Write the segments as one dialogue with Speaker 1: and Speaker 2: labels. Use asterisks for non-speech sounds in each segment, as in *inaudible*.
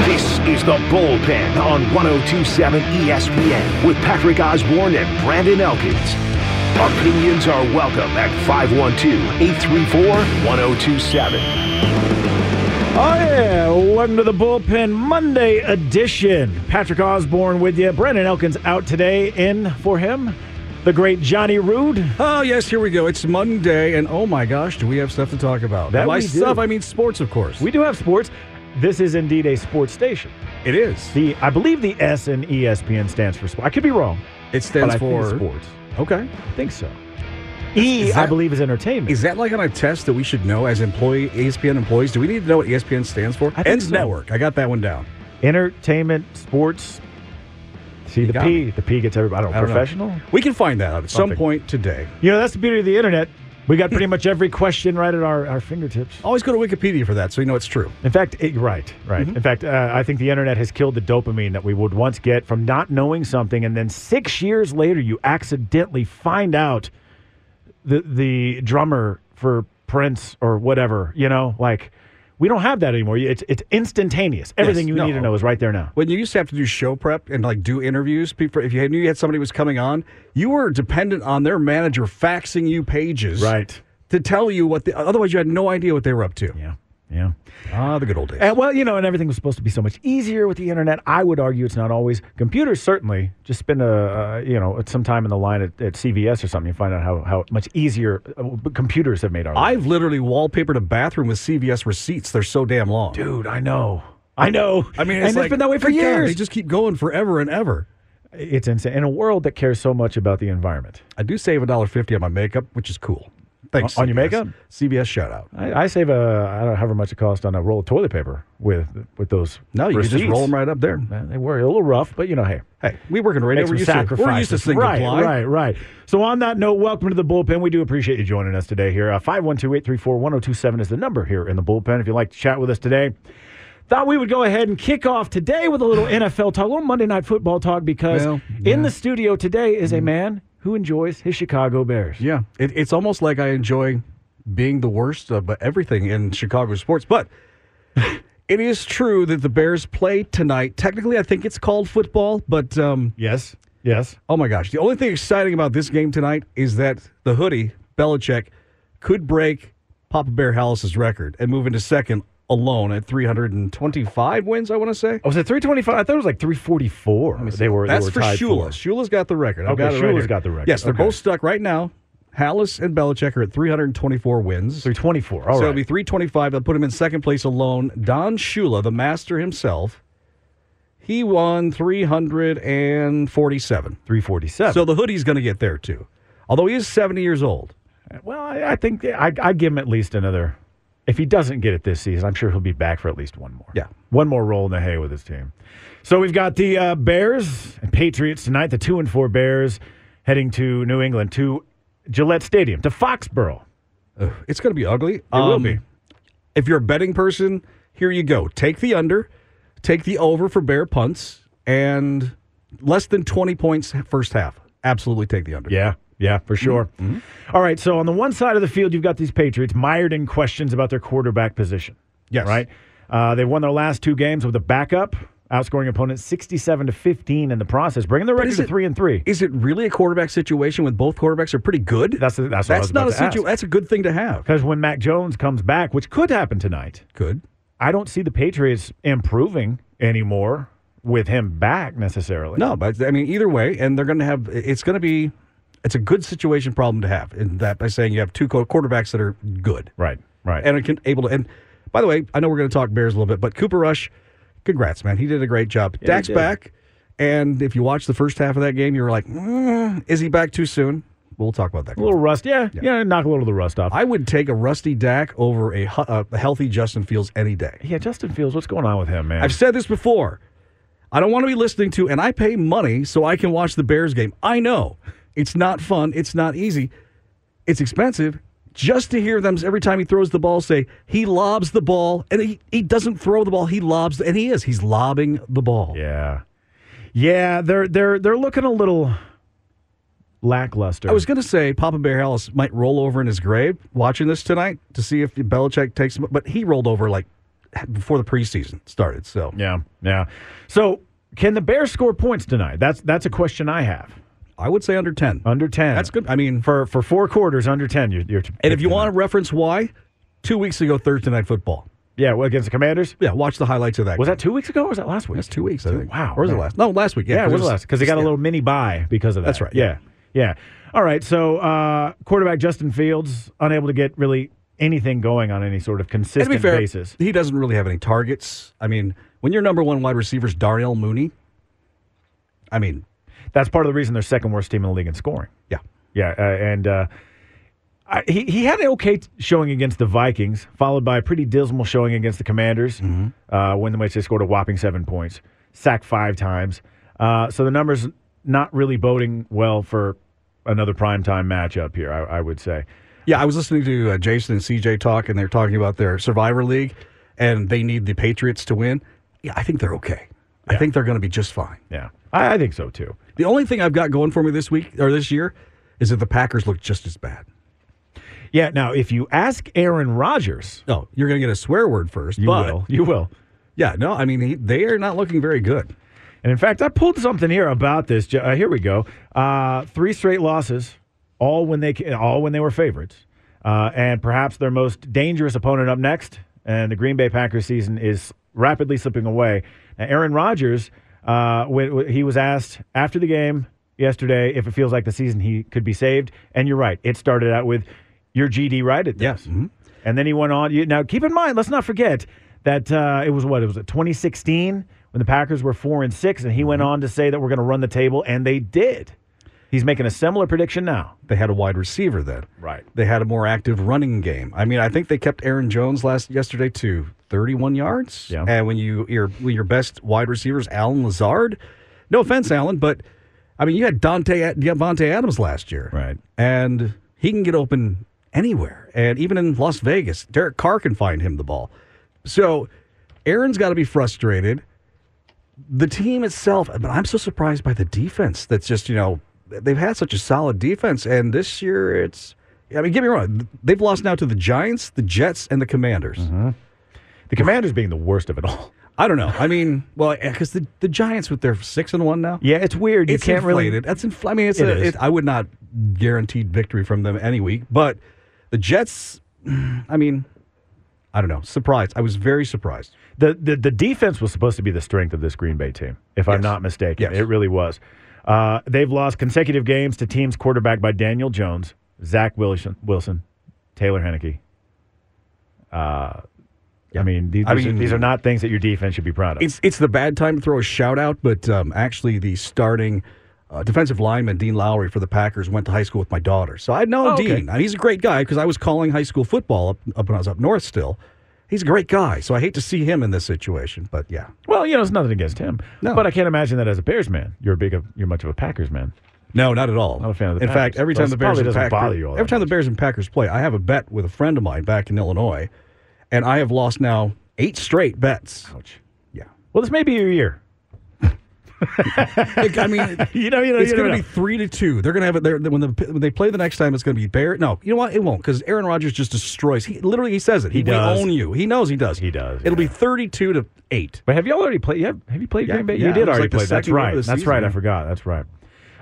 Speaker 1: This is the bullpen on 1027 ESPN with Patrick Osborne and Brandon Elkins. Opinions are welcome at 512 834 1027.
Speaker 2: Oh yeah, welcome to the bullpen Monday edition. Patrick Osborne with you. Brandon Elkins out today. In for him, the great Johnny Rude.
Speaker 3: Oh yes, here we go. It's Monday, and oh my gosh, do we have stuff to talk about?
Speaker 2: That
Speaker 3: By
Speaker 2: we do.
Speaker 3: stuff, I mean sports, of course.
Speaker 2: We do have sports. This is indeed a sports station.
Speaker 3: it is.
Speaker 2: The I believe the S in ESPN stands for sport. I could be wrong,
Speaker 3: It
Speaker 2: but
Speaker 3: stands
Speaker 2: I think
Speaker 3: for
Speaker 2: it's sports.
Speaker 3: Okay.
Speaker 2: I think so. E I
Speaker 3: that-
Speaker 2: believe is entertainment.
Speaker 3: Is that like on a test that we should know as employee E ESPN employees? Do we need to know what E ESPN stands for?
Speaker 2: I think
Speaker 3: Ends
Speaker 2: so.
Speaker 3: Network. I got that one down.
Speaker 2: entertainment sports. See the
Speaker 3: got
Speaker 2: P.
Speaker 3: me.
Speaker 2: The P gets everybody. I don't know.
Speaker 3: I don't know.
Speaker 2: professional.
Speaker 3: We can find that out at some
Speaker 2: Something.
Speaker 3: point today.
Speaker 2: You know that's the beauty of the internet. We got pretty much every question right at our, our fingertips.
Speaker 3: Always go to Wikipedia for that, so you know it's true.
Speaker 2: In fact, it, right, right. In fact, uh, I think the internet has killed the dopamine that we would once get from not knowing something, and then six years later, you accidentally find out the the drummer for Prince or whatever. You know, like we don't have that anymore. It's it's instantaneous. Everything you
Speaker 3: no.
Speaker 2: need to know is right there now.
Speaker 3: When you used to have to do show prep and like do interviews, people if you knew you had somebody who was coming on, you were dependent on their manager faxing you pages
Speaker 2: Right.
Speaker 3: to tell you what the otherwise you had no idea what they were up to.
Speaker 2: Yeah. Yeah.
Speaker 3: Ah, the good old days.
Speaker 2: And Eh, well, you know, and everything was supposed to be so much easier with the internet. I would argue it's not always. Computers certainly. Just spend a, uh, you know some time in the line at, at CVS or something. You find out how, how much easier uh, b- computers have made our. life.
Speaker 3: I've literally wallpapered a bathroom with CVS receipts. They're so damn long.
Speaker 2: dude, I know, I know.
Speaker 3: I mean,
Speaker 2: and
Speaker 3: it's
Speaker 2: it's
Speaker 3: like,
Speaker 2: been that way for
Speaker 3: my God,
Speaker 2: years.
Speaker 3: they just keep going forever and ever.
Speaker 2: it's insane in a world that cares so much about the environment.
Speaker 3: I do save a dollar fifty on my makeup, which is cool. Thanks.
Speaker 2: On- on your
Speaker 3: CVS.
Speaker 2: makeup?
Speaker 3: CVS shout out.
Speaker 2: I, I save a I don't know however much it costs on a roll of toilet paper with with those.
Speaker 3: No, you can just
Speaker 2: receipts.
Speaker 3: roll them right up there.
Speaker 2: Man, They were a little rough, but you know, hey.
Speaker 3: Hey, we work in radio.
Speaker 2: Make
Speaker 3: We're
Speaker 2: some
Speaker 3: used, to, we're used to
Speaker 2: sacrifices.
Speaker 3: single
Speaker 2: right,
Speaker 3: ply.
Speaker 2: right, right. So on that note, welcome to the bullpen. We do appreciate you joining us today here. uh, 512-834-1027 is the number here in the bullpen if you'd like to chat with us today. Thought we would go ahead and kick off today with a *sighs* little NFL talk, a little Monday night football talk, because
Speaker 3: Well,
Speaker 2: in the studio today is a man who enjoys his Chicago Bears.
Speaker 3: Yeah, it, it's almost like I enjoy being the worst of everything in Chicago sports. But *laughs* it is true that the Bears play tonight. Technically, I think it's called football, but um,
Speaker 2: Yes. Yes.
Speaker 3: Oh my gosh. The only thing exciting about this game tonight is that the hoodie, Belichick, could break Papa Bear Hallis's record and move into second alone at 325 wins, I want to say.
Speaker 2: Oh, was it 325? I thought it was like 344. They were,
Speaker 3: That's
Speaker 2: they were
Speaker 3: for
Speaker 2: tied
Speaker 3: Shula. Shula's got the record. I've
Speaker 2: Okay,
Speaker 3: got it right
Speaker 2: Shula's
Speaker 3: here.
Speaker 2: got the record.
Speaker 3: Yes, they're
Speaker 2: Okay.
Speaker 3: both stuck right now. Hallis and Belichick are at 324 wins.
Speaker 2: 324. All
Speaker 3: so
Speaker 2: right.
Speaker 3: it'll be 325. They'll put him in second place alone. Don Shula, the master himself, he won 347.
Speaker 2: 347.
Speaker 3: So the hoodie's going to get there too. Although he is 70 years old.
Speaker 2: Well, I, I think I, I give him at least another. If he doesn't get it this season, I'm sure he'll be back for at least one more.
Speaker 3: Yeah.
Speaker 2: one more roll in the hay with his team. So we've got the uh, Bears and Patriots tonight. The two and four Bears heading to New England to Gillette Stadium to Foxborough.
Speaker 3: It's going to be ugly. It
Speaker 2: will be.
Speaker 3: If you're a betting person, here you go. Take the under, take the over for bear punts, and less than 20 points first half. Absolutely take the under.
Speaker 2: Yeah, yeah, for sure. All right. So on the one side of the field, you've got these Patriots mired in questions about their quarterback position.
Speaker 3: Yes.
Speaker 2: Right. Uh, they've won their last two games with a backup, outscoring opponents 67 to 15 in the process, bringing the record
Speaker 3: is
Speaker 2: to
Speaker 3: it-
Speaker 2: three and three.
Speaker 3: Is it really a quarterback situation when both quarterbacks are pretty good?
Speaker 2: That's that's, what I was
Speaker 3: That's
Speaker 2: about
Speaker 3: not a
Speaker 2: to ask.
Speaker 3: situ- that's a good thing to have.
Speaker 2: Because when Mac Jones comes back, which could happen tonight,
Speaker 3: Good.
Speaker 2: I don't see the Patriots improving anymore with him back necessarily.
Speaker 3: No, but I mean either way, and they're going to have. It's going to be. It's a good situation problem to have. In that by saying you have two co- quarterbacks that are good,
Speaker 2: Right, right.
Speaker 3: and are can, able to. And by the way, I know we're going to talk Bears a little bit, but Cooper Rush, congrats, man. He did a great job.
Speaker 2: he
Speaker 3: Dak's
Speaker 2: did.
Speaker 3: back, and if you watch the first half of that game, you were like, "Mm, is he back too soon? We'll talk about that.
Speaker 2: a little rust. Yeah, yeah, knock a little of the rust off.
Speaker 3: I would take a rusty Dak over a, hu- a healthy Justin Fields any day.
Speaker 2: yeah, Justin Fields, what's going on with him, man?
Speaker 3: I've said this before. I don't want to be listening to, and I pay money so I can watch the Bears game. I know it's not fun. It's not easy. It's expensive just to hear them every time he throws the ball say, he lobs the ball, and he, he doesn't throw the ball. He lobs, and he is. He's lobbing the ball.
Speaker 2: yeah, yeah, they're they're they're looking a little lackluster.
Speaker 3: I was going to say Papa Bear Hallis might roll over in his grave watching this tonight to see if Belichick takes him, but he rolled over like before the preseason started. So
Speaker 2: Yeah, yeah. So can the Bears score points tonight? That's that's a question I have.
Speaker 3: I would say under ten.
Speaker 2: Under ten.
Speaker 3: That's good. I mean,
Speaker 2: for for four quarters. Under ten. You're, you're
Speaker 3: and if you want to reference why, two weeks ago Thursday night football.
Speaker 2: yeah, well, against the Commanders.
Speaker 3: Yeah, watch the highlights of that.
Speaker 2: Was that two weeks ago or was that last week?
Speaker 3: That's two weeks. I think.
Speaker 2: Wow.
Speaker 3: Or was it
Speaker 2: Yeah.
Speaker 3: last? No, last week. Yeah,
Speaker 2: Yeah, it was
Speaker 3: the
Speaker 2: last because they got a little mini buy because of that.
Speaker 3: That's right,
Speaker 2: Yeah, yeah. All right. So uh, quarterback Justin Fields unable to get really anything going on any sort of
Speaker 3: And
Speaker 2: consistent
Speaker 3: to be fair,
Speaker 2: basis.
Speaker 3: he doesn't really have any targets. I mean, when your number one wide receiver is Darnell Mooney, I mean,
Speaker 2: That's part of the reason they're second worst team in the league in scoring.
Speaker 3: yeah,
Speaker 2: Yeah, uh, and uh, I, he he had an okay t- showing against the Vikings, followed by a pretty dismal showing against the Commanders, uh, when the which they scored a whopping seven points, sacked five times. Uh, so the numbers not really boding well for another primetime matchup here. I, I would say.
Speaker 3: yeah. I was listening to uh, Jason and CJ talk, and they're talking about their Survivor League, and they need the Patriots to win. Yeah, I think they're okay. I think they're going to be just fine.
Speaker 2: Yeah, I, I think so too.
Speaker 3: The only thing I've got going for me this week or this year is that the Packers look just as bad.
Speaker 2: Yeah. Now, if you ask Aaron Rodgers,
Speaker 3: No, you're going to get a swear word first.
Speaker 2: you
Speaker 3: but-
Speaker 2: will. You will.
Speaker 3: Yeah, no, I mean he, they are not looking very good.
Speaker 2: And in fact, I pulled something here about this. Ju- Uh, here we go. Uh, three straight losses, all when they ca- all when they were favorites, uh, and perhaps their most dangerous opponent up next. And the Green Bay Packers season is rapidly slipping away. Now, Aaron Rodgers, uh, when, when he was asked after the game yesterday if it feels like the season he could be saved, and you're right, it started out with your GD right at this.
Speaker 3: Yes. Mhm.
Speaker 2: And then he went on. You, now, keep in mind, let's not forget that uh, it was what it was 2016 when the Packers were four and six, and he went on to say that we're going to run the table, and they did. He's making a similar prediction now.
Speaker 3: They had a wide receiver then.
Speaker 2: Right.
Speaker 3: They had a more active running game. I mean, I think they kept Aaron Jones last yesterday to 31 yards.
Speaker 2: Yeah.
Speaker 3: And when you your when your best wide receiver is Alan Lazard, no offense, Alan, but I mean you had Dante Devontae Adams last year,
Speaker 2: Right.
Speaker 3: And he can get open anywhere, and even in Las Vegas, Derek Carr can find him the ball. So Aaron's got to be frustrated. the team itself, but I'm so surprised by the defense. That's just you know they've had such a solid defense, and this year it's. I mean, get me wrong. They've lost now to the Giants, the Jets, and the Commanders.
Speaker 2: The Commanders being the worst of it all.
Speaker 3: I don't know. I mean, well, because the, the Giants with their six and one now,
Speaker 2: Yeah, it's weird. You
Speaker 3: it's
Speaker 2: can't
Speaker 3: inflated.
Speaker 2: really.
Speaker 3: That's infl- I mean, it's
Speaker 2: It
Speaker 3: a,
Speaker 2: is.
Speaker 3: it, I would not guaranteed victory from them any week, but the Jets. I mean, I don't know. Surprised. I was very surprised.
Speaker 2: The, the the defense was supposed to be the strength of this Green Bay team, if I'm
Speaker 3: Yes.
Speaker 2: not mistaken.
Speaker 3: Yes.
Speaker 2: It really was. Uh, they've lost consecutive games to teams quarterbacked by Daniel Jones, Zach Wilson, Wilson Taylor Henneke. Uh, I mean, these,
Speaker 3: I
Speaker 2: these
Speaker 3: mean-
Speaker 2: are, these are not things that your defense should be proud of.
Speaker 3: It's it's the bad time to throw a shout out, but um, actually the starting uh, defensive lineman Dean Lowry for the Packers went to high school with my daughter, so I know
Speaker 2: Oh, okay.
Speaker 3: Dean. And he's a great guy because I was calling high school football up, up when I was up north. Still, he's a great guy, so I hate to see him in this situation. But yeah,
Speaker 2: Well, you know, it's nothing against him.
Speaker 3: No.
Speaker 2: But I can't imagine that as a Bears man. You're a big of, you're much of a Packers man.
Speaker 3: no, not at all.
Speaker 2: Not a fan of the
Speaker 3: in fact,
Speaker 2: Packers.
Speaker 3: every
Speaker 2: So
Speaker 3: time
Speaker 2: it
Speaker 3: the Bears
Speaker 2: probably
Speaker 3: and
Speaker 2: doesn't
Speaker 3: Packers,
Speaker 2: bother you all that
Speaker 3: every time the
Speaker 2: much.
Speaker 3: Bears and Packers play, I have a bet with a friend of mine back in Illinois, and I have lost now eight straight bets.
Speaker 2: Ouch.
Speaker 3: Yeah,
Speaker 2: Well, this may be your year. *laughs*
Speaker 3: Like, I mean.
Speaker 2: You know, you know,
Speaker 3: It's
Speaker 2: you
Speaker 3: going
Speaker 2: know.
Speaker 3: to be three to two. They're going to have it. They're, when the when they play the next time, it's going to be Bear. No, you know what? It won't because Aaron Rodgers just destroys. He literally he says it. He,
Speaker 2: does.
Speaker 3: We own you. He knows he does.
Speaker 2: He does,
Speaker 3: It'll
Speaker 2: yeah.
Speaker 3: be thirty-two to eight.
Speaker 2: But have you all already played? Have, have you played
Speaker 3: Yeah,
Speaker 2: Green Bay?
Speaker 3: yeah,
Speaker 2: you
Speaker 3: it
Speaker 2: did
Speaker 3: was
Speaker 2: already
Speaker 3: like the
Speaker 2: play. That's
Speaker 3: second game
Speaker 2: right.
Speaker 3: of
Speaker 2: That's
Speaker 3: the
Speaker 2: right. I
Speaker 3: season.
Speaker 2: forgot. That's right.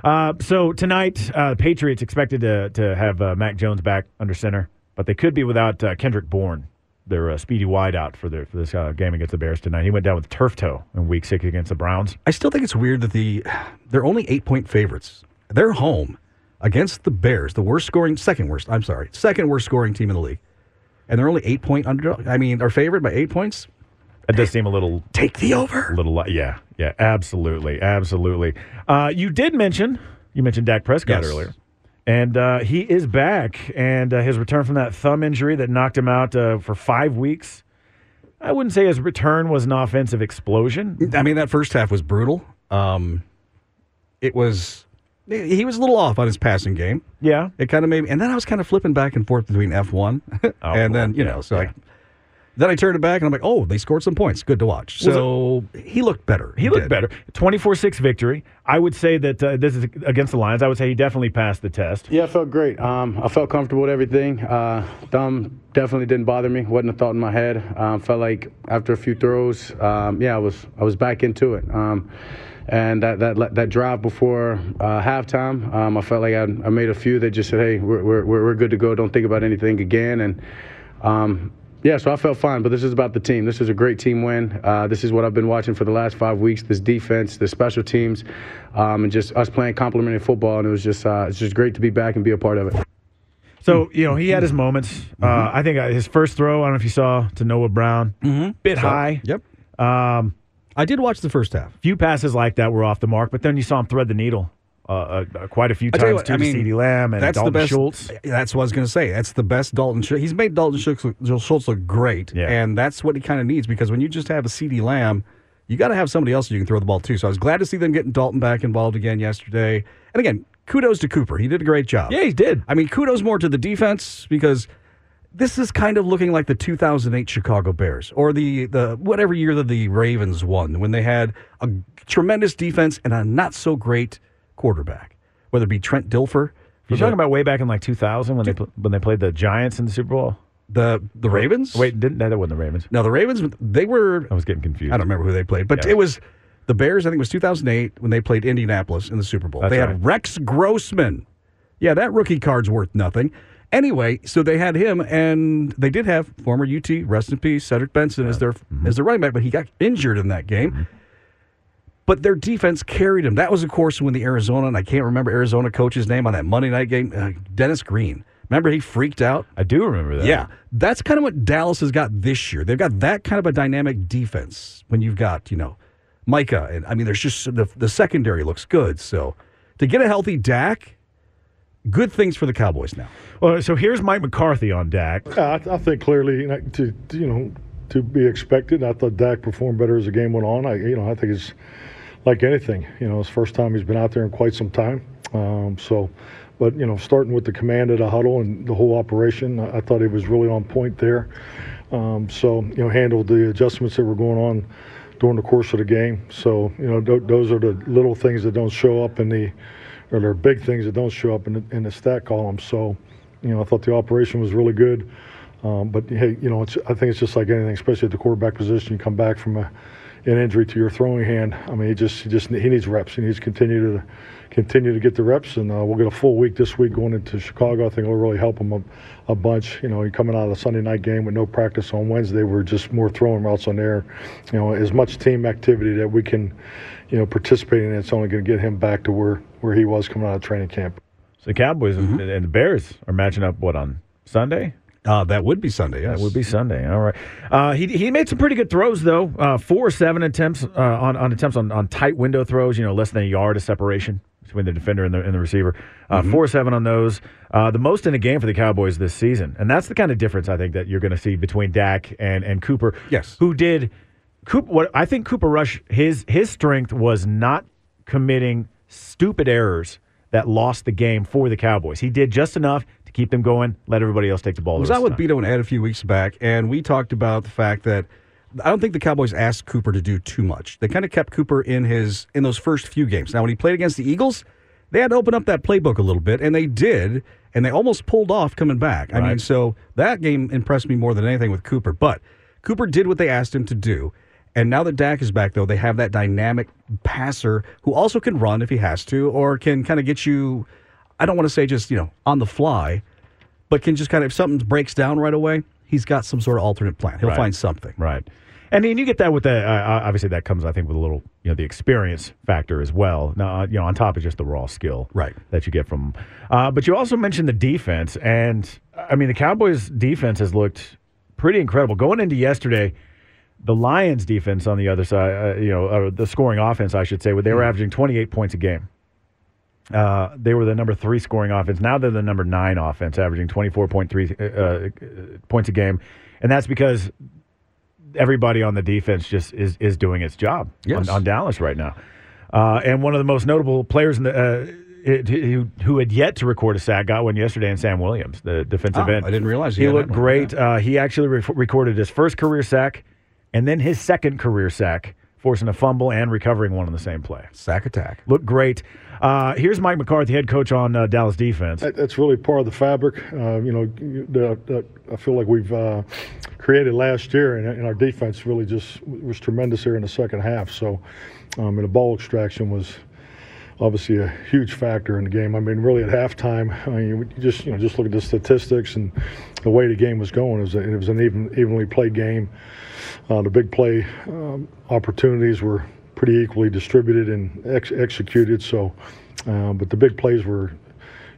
Speaker 2: Uh, so tonight, uh, the Patriots expected to to have uh, Mac Jones back under center, but they could be without uh, Kendrick Bourne, their uh, speedy wideout for their for this uh, game against the Bears tonight. He went down with turf toe in Week Six against the Browns.
Speaker 3: I still think it's weird that the *sighs* they're only eight-point favorites. They're home against the Bears, the worst scoring, second worst. I'm sorry, second worst scoring team in the league, and they're only eight-point underdog. I mean, are favored by eight points.
Speaker 2: That does seem a little
Speaker 3: Take the over.
Speaker 2: little li- yeah yeah absolutely absolutely uh, you did mention you mentioned Dak Prescott
Speaker 3: Yes.
Speaker 2: earlier and uh, he is back and uh, his return from that thumb injury that knocked him out uh, for five weeks I wouldn't say his return was an offensive explosion
Speaker 3: I mean, that first half was brutal. Um, it was. He was a little off on his passing game.
Speaker 2: yeah
Speaker 3: *laughs* It kind of made me, and then I was kind of flipping back and forth between F1
Speaker 2: Oh,
Speaker 3: and
Speaker 2: well,
Speaker 3: then, you
Speaker 2: yeah,
Speaker 3: know, so
Speaker 2: yeah.
Speaker 3: I, Then I turned it back and I'm like, oh, they scored some points. Good to watch. So he looked better.
Speaker 2: He looked
Speaker 3: did.
Speaker 2: better. 24 6 victory. I would say that uh, this is against the Lions. I would say he definitely passed the test.
Speaker 4: Yeah, I felt great. Um, I felt comfortable with everything. Uh, thumb definitely didn't bother me. wasn't a thought in my head. Um, felt like after a few throws, um, yeah, I was I was back into it. Um, and that that le- that drive before uh, halftime, um, I felt like I, I made a few that just said, "Hey, we're, we're we're we're good to go. Don't think about anything again." And um, yeah, so I felt fine, but this is about the team. This is a great team win. Uh, this is what I've been watching for the last five weeks. This defense, the special teams, um, and just us playing complimentary football. And it was just, uh, it's just great to be back and be a part of it.
Speaker 2: So, you know, he had his moments. Uh, I think uh, his first throw, I don't know if you saw, to Noah Brown,
Speaker 3: Mm-hmm.
Speaker 2: bit high.
Speaker 3: Yep.
Speaker 2: Um,
Speaker 3: I did watch the first half.
Speaker 2: few passes like that were off the mark, but then you saw him thread the needle uh, uh, uh, quite a few
Speaker 3: I tell you
Speaker 2: times
Speaker 3: what,
Speaker 2: too,
Speaker 3: I
Speaker 2: to
Speaker 3: mean,
Speaker 2: CeeDee Lamb and
Speaker 3: that's
Speaker 2: Dalton
Speaker 3: the best,
Speaker 2: Schultz.
Speaker 3: That's what I was going to say. That's the best Dalton Schultz. He's made Dalton Schultz look, Schultz look great,
Speaker 2: Yeah.
Speaker 3: and that's what he kind of needs because when you just have a CD Lamb, you got to have somebody else you can throw the ball to. So I was glad to see them getting Dalton back involved again yesterday. And again, kudos to Cooper. He did a great job.
Speaker 2: Yeah, he did.
Speaker 3: I mean, kudos more to the defense because this is kind of looking like the 2008 Chicago Bears or the, the whatever year that the Ravens won when they had a tremendous defense and a not so great quarterback, whether it be Trent Dilfer.
Speaker 2: You're talking about way back in like 2000 when they pl- when they played the Giants in the Super Bowl.
Speaker 3: The the Ravens?
Speaker 2: Wait, didn't no, that wasn't the Ravens?
Speaker 3: No, the Ravens they were
Speaker 2: I was getting confused.
Speaker 3: I don't remember who they played, but
Speaker 2: Yeah.
Speaker 3: it was the Bears, I think it was 2008 when they played Indianapolis in the Super Bowl.
Speaker 2: That's
Speaker 3: they
Speaker 2: right.
Speaker 3: had Rex Grossman. Yeah, that rookie card's worth nothing. Anyway, so they had him and they did have former UT rest in peace Cedric Benson as their
Speaker 2: Mm-hmm.
Speaker 3: as their running back, but he got injured in that game. But their defense carried him. That was, of course, when the Arizona, and I can't remember Arizona coach's name on that Monday night game, uh, Dennis Green. Remember, he freaked out?
Speaker 2: I do remember that.
Speaker 3: Yeah, that's kind of what Dallas has got this year. They've got that kind of a dynamic defense when you've got you know Micah, and I mean, there's just the, the secondary looks good. So to get a healthy Dak, good things for the Cowboys now.
Speaker 2: Well, so here's Mike McCarthy on Dak.
Speaker 5: Yeah, I, I think clearly you know, to to, you know to be expected. I thought Dak performed better as the game went on. I you know I think it's like anything. You know, it's the first time he's been out there in quite some time. Um, so, but you know, starting with the command of the huddle and the whole operation, I, I thought he was really on point there. Um, so you know, handled the adjustments that were going on during the course of the game. So you know, th- those are the little things that don't show up in the or they're big things that don't show up in the, in the stat column. So you know, I thought the operation was really good. Um, but hey, you know, it's, I think it's just like anything, especially at the quarterback position. You come back from a, an injury to your throwing hand. I mean, he just he just he needs reps. He needs to continue to continue to get the reps, and uh, we'll get a full week this week going into Chicago. I think it'll really help him a, a bunch. You know, he coming out of the Sunday night game with no practice on Wednesday, we're just more throwing routes on there. You know, as much team activity that we can, you know, participate in, it's only going to get him back to where where he was coming out of training camp.
Speaker 2: So the Cowboys
Speaker 3: Mm-hmm.
Speaker 2: and- and the Bears are matching up what on Sunday?
Speaker 3: Uh, that would be Sunday. Yes.
Speaker 2: That would be Sunday. All right. Uh, he he made some pretty good throws though. Uh, four or seven attempts uh, on on attempts on, on tight window throws. You know, less than a yard of separation between the defender and the and the receiver. Uh,
Speaker 3: Mm-hmm.
Speaker 2: Four or seven on those. Uh, the most in a game for the Cowboys this season, and that's the kind of difference I think that you're going to see between Dak and and Cooper.
Speaker 3: Yes.
Speaker 2: Who did Cooper? What I think Cooper Rush his his strength was not committing stupid errors that lost the game for the Cowboys. He did just enough to keep them going. Let everybody else take the ball.
Speaker 3: I was
Speaker 2: the rest
Speaker 3: out
Speaker 2: of
Speaker 3: with
Speaker 2: the time.
Speaker 3: Beto and Ed a few weeks back, and we talked about the fact that I don't think the Cowboys asked Cooper to do too much. They kind of kept Cooper in his in those first few games. Now, when he played against the Eagles, they had to open up that playbook a little bit, and they did, and they almost pulled off coming back. I mean, so that game impressed me more than anything with Cooper. But Cooper did what they asked him to do. And now that Dak is back, though, they have that dynamic passer who also can run if he has to, or can kind of get you, I don't want to say just, you know, on the fly, but can just kind of if something breaks down right away, he's got some sort of alternate plan. He'll
Speaker 2: Right.
Speaker 3: find something.
Speaker 2: Right. And then you get that with the, uh, obviously that comes, I think, with a little, you know, the experience factor as well. Now, uh, you know, on top of just the raw skill
Speaker 3: Right.
Speaker 2: that you get from. Uh, but you also mentioned the defense. And, I mean, the Cowboys' defense has looked pretty incredible. Going into yesterday, the Lions' defense on the other side, uh, you know, uh, the scoring offense, I should say, where they were averaging 28 points a game. Uh, they were the number three scoring offense. Now they're the number nine offense, averaging 24.3 uh, uh, points a game. And that's because everybody on the defense just is is doing its job
Speaker 3: Yes.
Speaker 2: on, on Dallas right now. Uh, and one of the most notable players in the uh, it, who, who had yet to record a sack got one yesterday in Sam Williams, the defensive
Speaker 3: Oh,
Speaker 2: end.
Speaker 3: I didn't realize he
Speaker 2: he
Speaker 3: had
Speaker 2: looked
Speaker 3: that one.
Speaker 2: great. Uh, he actually re- recorded his first career sack and then his second career sack, forcing a fumble and recovering one on the same play.
Speaker 3: Sack attack.
Speaker 2: Looked great. Uh, here's Mike McCarthy, head coach on uh, Dallas defense.
Speaker 5: That, that's really part of the fabric. Uh, you know, you- the, the, I feel like we've uh, created last year, and, and our defense really just was tremendous here in the second half. So, um, and the ball extraction was obviously a huge factor in the game. I mean, really at halftime, I mean, you just you know just look at the statistics and the way the game was going. It was, a, it was an even evenly played game. Uh, the big play um, opportunities were pretty equally distributed and ex- executed. So, uh, but the big plays were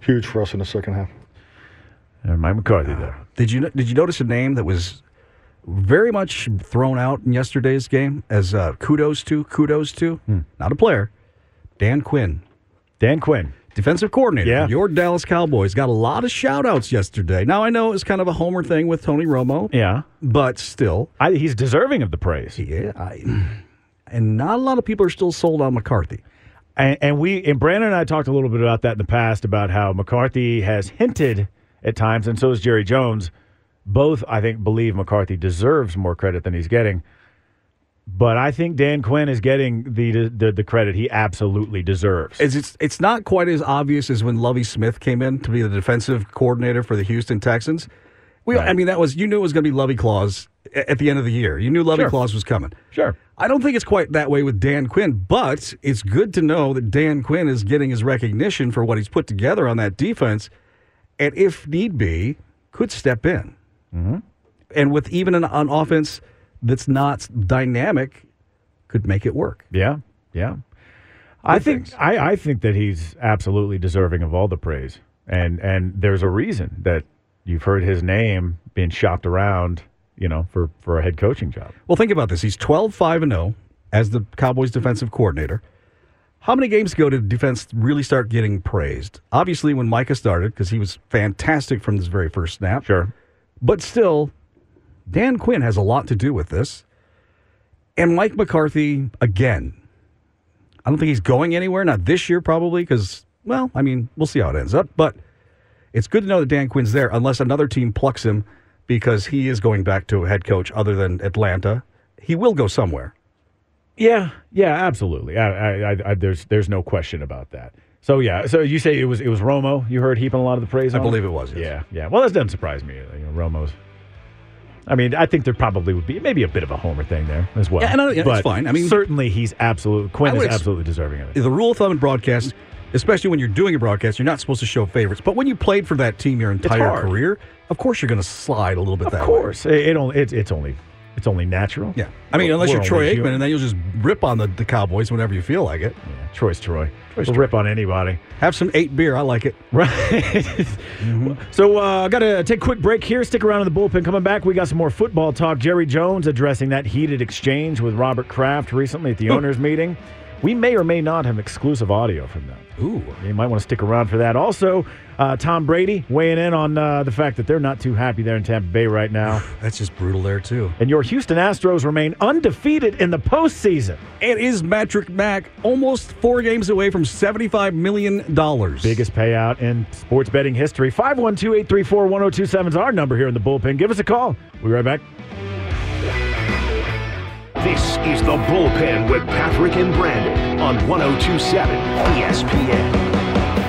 Speaker 5: huge for us in the second half.
Speaker 2: And Uh, Mike McCarthy there.
Speaker 3: Did you did you notice a name that was very much thrown out in yesterday's game as uh, kudos to kudos to
Speaker 2: Hmm.
Speaker 3: not a player, Dan Quinn,
Speaker 2: Dan Quinn.
Speaker 3: defensive coordinator.
Speaker 2: Yeah.
Speaker 3: for your Dallas Cowboys got a lot of shout outs yesterday. Now I know it was kind of a homer thing with Tony Romo,
Speaker 2: Yeah.
Speaker 3: but still,
Speaker 2: I, he's deserving of the praise.
Speaker 3: yeah, I, and not a lot of people are still sold on McCarthy.
Speaker 2: And, and we and Brandon and I talked a little bit about that in the past about how McCarthy has hinted at times, and so is Jerry Jones. Both, I think, believe McCarthy deserves more credit than he's getting. But I think Dan Quinn is getting the the, the credit he absolutely deserves.
Speaker 3: It's, it's it's not quite as obvious as when Lovey Smith came in to be the defensive coordinator for the Houston Texans. We, I mean, that was you knew it was going to be Lovey Claus a- at the end of the year. You knew Lovey
Speaker 2: Sure.
Speaker 3: Claus was coming.
Speaker 2: Sure.
Speaker 3: I don't think it's quite that way with Dan Quinn, but it's good to know that Dan Quinn is getting his recognition for what he's put together on that defense, and if need be, could step in. Mm-hmm. And with even an, an offense that's not dynamic, could make it work.
Speaker 2: Yeah, yeah. I think I, I think that he's absolutely deserving of all the praise, and and there's a reason that you've heard his name being shopped around, you know, for for a head coaching job.
Speaker 3: Well, think about this. He's 12 5 and 0 as the Cowboys defensive coordinator. How many games ago did defense really start getting praised? Obviously, when Micah started, because he was fantastic from his very first snap.
Speaker 2: Sure.
Speaker 3: But still, Dan Quinn has a lot to do with this. And Mike McCarthy, again, I don't think he's going anywhere. Not this year, probably, because, well, I mean, we'll see how it ends up. But it's good to know that Dan Quinn's there, unless another team plucks him because he is going back to a head coach other than Atlanta. He will go somewhere.
Speaker 2: Yeah, yeah, absolutely. I, I, I, I, there's there's no question about that. So yeah, so you say it was it was Romo. You heard heaping a lot of the praise.
Speaker 3: I
Speaker 2: on
Speaker 3: believe it was, yes.
Speaker 2: Yeah, yeah. Well, that doesn't surprise me. You know, Romo's. I mean, I think there probably would be maybe a bit of a homer thing there as well.
Speaker 3: Yeah, and I- yeah, it's
Speaker 2: But
Speaker 3: fine. I mean-
Speaker 2: certainly he's absolutely
Speaker 3: I
Speaker 2: Quinn
Speaker 3: would
Speaker 2: is
Speaker 3: ex-
Speaker 2: absolutely deserving of it.
Speaker 3: The rule of thumb in broadcast, especially when you're doing a broadcast, you're not supposed to show favorites. But when you played for that team your entire
Speaker 2: hard.
Speaker 3: career, of course you're going to slide a little bit that
Speaker 2: Of
Speaker 3: way.
Speaker 2: course, it, it only it's it's only it's only natural.
Speaker 3: Yeah. I mean, unless
Speaker 2: We're
Speaker 3: you're Troy
Speaker 2: only
Speaker 3: Aikman,
Speaker 2: human.
Speaker 3: and then you'll just rip on the, the Cowboys whenever you feel like it.
Speaker 2: Yeah, Troy's Troy. Troy's rip on anybody. *laughs*
Speaker 3: Have some eight beer. I like it.
Speaker 2: Right.
Speaker 3: Mm-hmm.
Speaker 2: So, uh, got to take a quick break here. Stick around in the bullpen. Coming back, we got some more football talk. Jerry Jones addressing that heated exchange with Robert Kraft recently at the owners' meeting. We may or may not have exclusive audio from that.
Speaker 3: Ooh.
Speaker 2: You might want to stick around for that. Also, uh, Tom Brady weighing in on uh, the fact that they're not too happy there in Tampa Bay right *sighs* now.
Speaker 3: That's just brutal there, too.
Speaker 2: And your Houston Astros remain undefeated in the postseason.
Speaker 3: It is Matrick Mack, almost four games away from $75 million.
Speaker 2: Biggest payout in sports betting history. 512 834 1027 is our number here in the bullpen. Give us a call. We'll be right back.
Speaker 1: This is the bullpen with Patrick and Brandon on 1027 ESPN.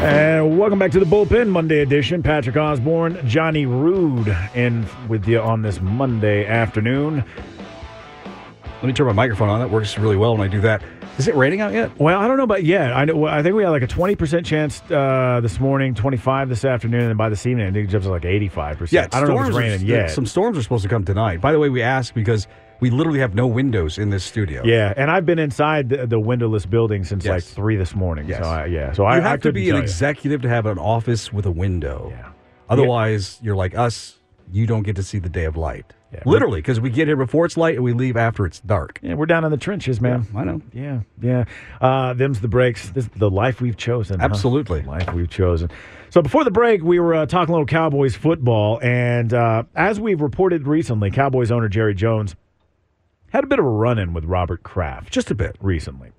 Speaker 2: And welcome back to the bullpen Monday edition. Patrick Osborne, Johnny Rude in with you on this Monday afternoon.
Speaker 3: Let me turn my microphone on. That works really well when I do that. Is it raining out yet?
Speaker 2: Well, I don't know about yet. I know. well, I think we had like a twenty percent chance uh, this morning, twenty five this afternoon, and by this evening, I think it jumps to like eighty five percent. I don't know if it's
Speaker 3: storms are-
Speaker 2: raining yet.
Speaker 3: Some storms are supposed to come tonight. By the way, we asked because we literally have no windows in this studio.
Speaker 2: Yeah, and I've been inside the, the windowless building since like
Speaker 3: Yes.
Speaker 2: three this morning.
Speaker 3: Yes.
Speaker 2: So I, yeah, so
Speaker 3: You
Speaker 2: I I
Speaker 3: have to
Speaker 2: couldn't
Speaker 3: be an
Speaker 2: tell you.
Speaker 3: executive to have an office with a window.
Speaker 2: Yeah.
Speaker 3: Otherwise, you're like us. You don't get to see the day of light.
Speaker 2: Yeah.
Speaker 3: Literally, because we get here before it's light and we leave after it's dark.
Speaker 2: Yeah, we're down in the trenches, man.
Speaker 3: I know.
Speaker 2: Yeah, yeah. Uh, them's the breaks. This the life we've chosen. huh?
Speaker 3: Absolutely.
Speaker 2: The life we've chosen. So before the break, we were uh, talking a little Cowboys football, and uh, as we've reported recently, Cowboys owner Jerry Jones had a bit of a run-in with Robert Kraft
Speaker 3: Just a bit.
Speaker 2: recently.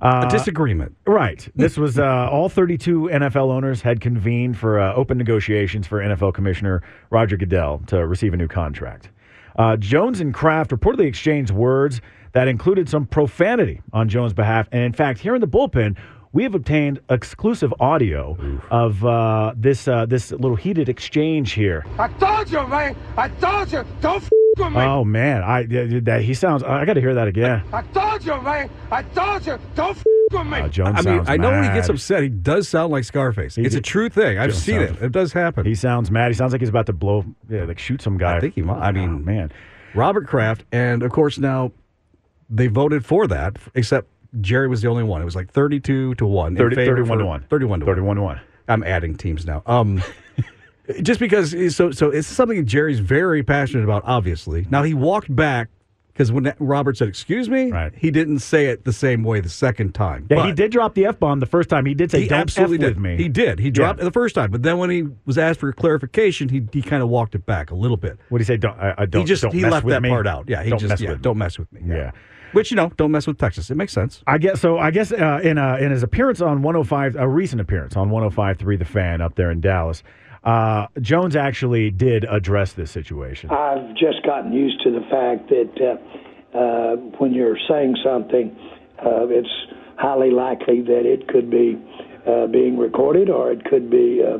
Speaker 2: Uh,
Speaker 3: a disagreement.
Speaker 2: Right. This
Speaker 3: *laughs*
Speaker 2: was uh, all 32 NFL owners had convened for uh, open negotiations for NFL Commissioner Roger Goodell to receive a new contract. Uh, Jones and Kraft reportedly exchanged words that included some profanity on Jones' behalf. And in fact, here in the bullpen, we have obtained exclusive audio of uh, this uh, this little heated exchange here.
Speaker 6: I told you, man. I told you. Don't f- with me.
Speaker 2: Oh man, I yeah, that he sounds. I got to hear that again.
Speaker 6: I told you, man. I told you. Don't f- with me.
Speaker 2: Uh, Jones
Speaker 3: I mean,
Speaker 2: sounds
Speaker 3: I know when he
Speaker 2: mad.
Speaker 3: gets upset, he does sound like Scarface. it's a
Speaker 2: did-
Speaker 3: true thing. I've
Speaker 2: Jones
Speaker 3: seen
Speaker 2: sounds-
Speaker 3: it. It does happen.
Speaker 2: He sounds mad. He sounds like he's about to blow, yeah, like shoot some guy.
Speaker 3: I think he might. I mean,
Speaker 2: Oh, man.
Speaker 3: Robert Kraft, and of course now they voted for that, except Jerry was the only one. It was like thirty-two to one, in
Speaker 2: 30,
Speaker 3: favor
Speaker 2: 31
Speaker 3: for-
Speaker 2: to 1.
Speaker 3: thirty-one to one.
Speaker 2: 31 to 1.
Speaker 3: I'm adding teams now. Um, *laughs* just because so so it's something Jerry's very passionate about. Obviously, now he walked back because when that- Robert said "excuse me,"
Speaker 2: Right.
Speaker 3: he didn't say it the same way the second time.
Speaker 2: Yeah,
Speaker 3: But
Speaker 2: he did drop the F bomb the first time. He did say,
Speaker 3: He
Speaker 2: don't
Speaker 3: absolutely
Speaker 2: F
Speaker 3: did.
Speaker 2: with me.
Speaker 3: He did. He dropped
Speaker 2: Yeah.
Speaker 3: it the first time, but then when he was asked for clarification, he he kind of walked it back a little bit.
Speaker 2: What did he say? Don't, I, I don't,
Speaker 3: he just
Speaker 2: don't
Speaker 3: he
Speaker 2: mess
Speaker 3: left
Speaker 2: with
Speaker 3: that
Speaker 2: me.
Speaker 3: part out. Yeah, he
Speaker 2: don't
Speaker 3: just
Speaker 2: mess
Speaker 3: yeah,
Speaker 2: with me.
Speaker 3: don't mess with me.
Speaker 2: Yeah.
Speaker 3: Which you know, don't mess with Texas. It makes sense.
Speaker 2: I guess so. I guess uh, in uh, in his appearance on 105, a recent appearance on 105.3 The Fan up there in Dallas, uh, Jones actually did address this situation.
Speaker 7: I've just gotten used to the fact that uh, uh, when you're saying something, uh, it's highly likely that it could be uh, being recorded or it could be uh,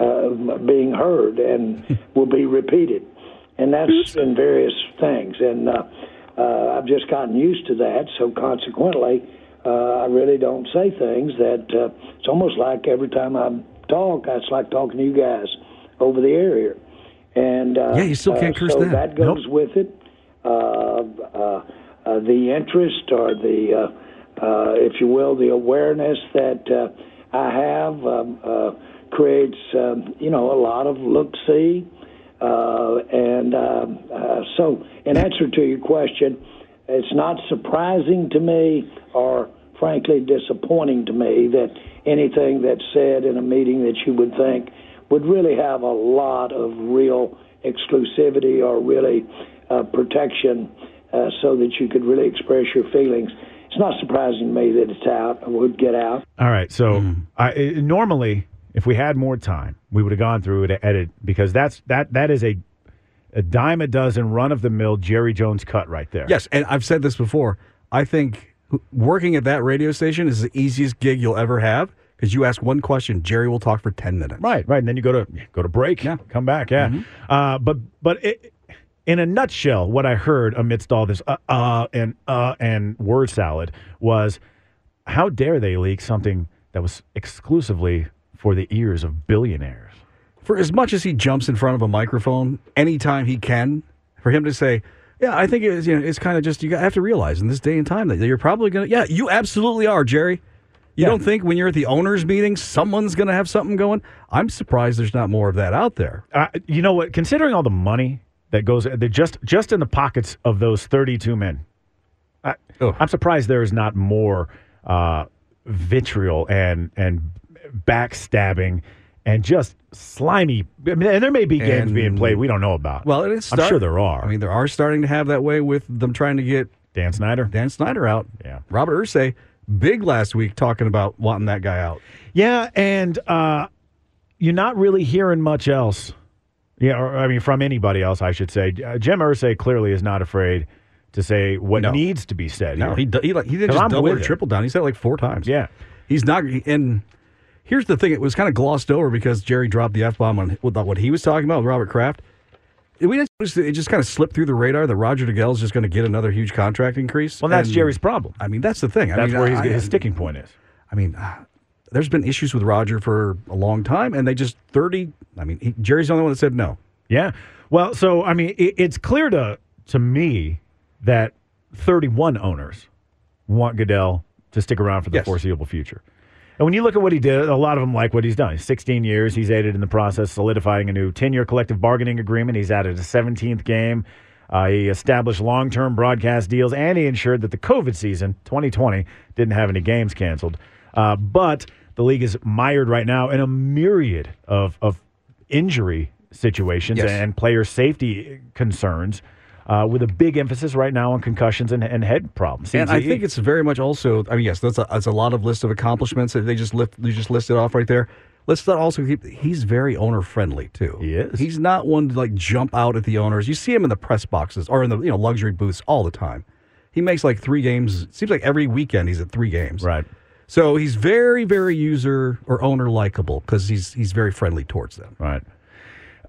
Speaker 7: uh, being heard and will be repeated. And that's in various things. And uh, uh, I've just gotten used to that. So consequently, uh, I really don't say things that uh, it's almost like every time I talk, it's like talking to you guys over the air here and uh,
Speaker 3: Yeah, you still
Speaker 7: uh,
Speaker 3: can't curse
Speaker 7: so
Speaker 3: that.
Speaker 7: goes with it. Uh, uh, uh, the interest or the, uh, uh, if you will, the awareness that uh, I have um, uh, creates, um, you know, a lot of look see, uh, and um, uh, so in answer to your question, it's not surprising to me or frankly disappointing to me that anything that's said in a meeting that you would think would really have a lot of real exclusivity or really uh, protection uh, so that you could really express your feelings. It's not surprising to me that it's out, I would get out.
Speaker 2: All right. So
Speaker 3: Hmm.
Speaker 2: I, i- normally, if we had more time, we would have gone through it, edit because that's that that is a a dime a dozen, run of the mill Jerry Jones cut right there.
Speaker 3: Yes, and I've said this before. I think working at that radio station is the easiest gig you'll ever have because you ask one question, Jerry will talk for ten minutes.
Speaker 2: Right. Right. And then you go to go to break.
Speaker 3: Yeah. Mm-hmm.
Speaker 2: Come back. Yeah. Uh, but but it, in a nutshell, what I heard amidst all this uh, uh and uh and word salad was, how dare they leak something that was exclusively for the ears of billionaires?
Speaker 3: For as much as he jumps in front of a microphone anytime he can, for him to say. Yeah, I think it's you know it's kind of just you have to realize in this day and time that you're probably gonna yeah you absolutely are Jerry. You don't think when you're at the owners meeting someone's gonna have something going? I'm surprised there's not more of that out there.
Speaker 2: uh, you know what? Considering all the money that goes, uh, they're just just in the pockets of those thirty-two men. I,
Speaker 3: Ugh.
Speaker 2: I'm surprised there is not more uh, vitriol and and backstabbing and just slimy. I mean, and there may be games
Speaker 3: And-
Speaker 2: being played we don't know about.
Speaker 3: Well, it is.
Speaker 2: I'm
Speaker 3: start-
Speaker 2: sure there are.
Speaker 3: I mean, there are starting to have that way with them trying to get
Speaker 2: Dan Snyder.
Speaker 3: Dan Snyder out.
Speaker 2: Yeah.
Speaker 3: Robert Ursay, big last week talking about wanting that guy out.
Speaker 2: Yeah, and uh, you're not really hearing much else. Yeah, or, I mean, from anybody else, I should say. Uh, Jim Irsay clearly is not afraid to say what
Speaker 3: No.
Speaker 2: needs to be said.
Speaker 3: No,
Speaker 2: here.
Speaker 3: he d- he like he did
Speaker 2: 'Cause
Speaker 3: just
Speaker 2: I'm
Speaker 3: double
Speaker 2: with
Speaker 3: or
Speaker 2: it.
Speaker 3: triple down. He said it like four times.
Speaker 2: Yeah.
Speaker 3: he's not. And here's the thing: it was kind of glossed over because Jerry dropped the f bomb on without what he was talking about with Robert Kraft. We didn't. notice that It just kind of slipped through the radar that Roger DeGale is just going to get another huge contract increase.
Speaker 2: Well, that's
Speaker 3: And,
Speaker 2: Jerry's problem.
Speaker 3: I mean, that's the thing. I
Speaker 2: That's
Speaker 3: mean,
Speaker 2: where his,
Speaker 3: I-
Speaker 2: his sticking point is.
Speaker 3: I mean, ah, there's been issues with Roger for a long time, and they just 30. I mean, he, Jerry's the only one that said no.
Speaker 2: Yeah. Well, so I mean, it, it's clear to to me that 31 owners want Goodell to stick around for the
Speaker 3: Yes.
Speaker 2: foreseeable future. And when you look at what he did, a lot of them like what he's done. He's 16 years. He's aided in the process, solidifying a new 10-year collective bargaining agreement. He's added a 17th game. Uh, he established long-term broadcast deals, and he ensured that the COVID season 2020 didn't have any games canceled. Uh, but the league is mired right now in a myriad of of injury situations
Speaker 3: Yes.
Speaker 2: and player safety concerns. uh, with a big emphasis right now on concussions and, and head problems.
Speaker 3: And I
Speaker 2: CTE.
Speaker 3: think it's very much also. I mean, yes, that's a, that's a lot of list of accomplishments that they just lift. You just listed off right there. Let's not also keep. He's very owner friendly too.
Speaker 2: He is.
Speaker 3: He's not one to like jump out at the owners. You see him in the press boxes or in the you know luxury booths all the time. He makes like three games. It seems like every weekend he's at three games.
Speaker 2: Right.
Speaker 3: So he's very very user or owner likable because he's he's very friendly towards them.
Speaker 2: Right.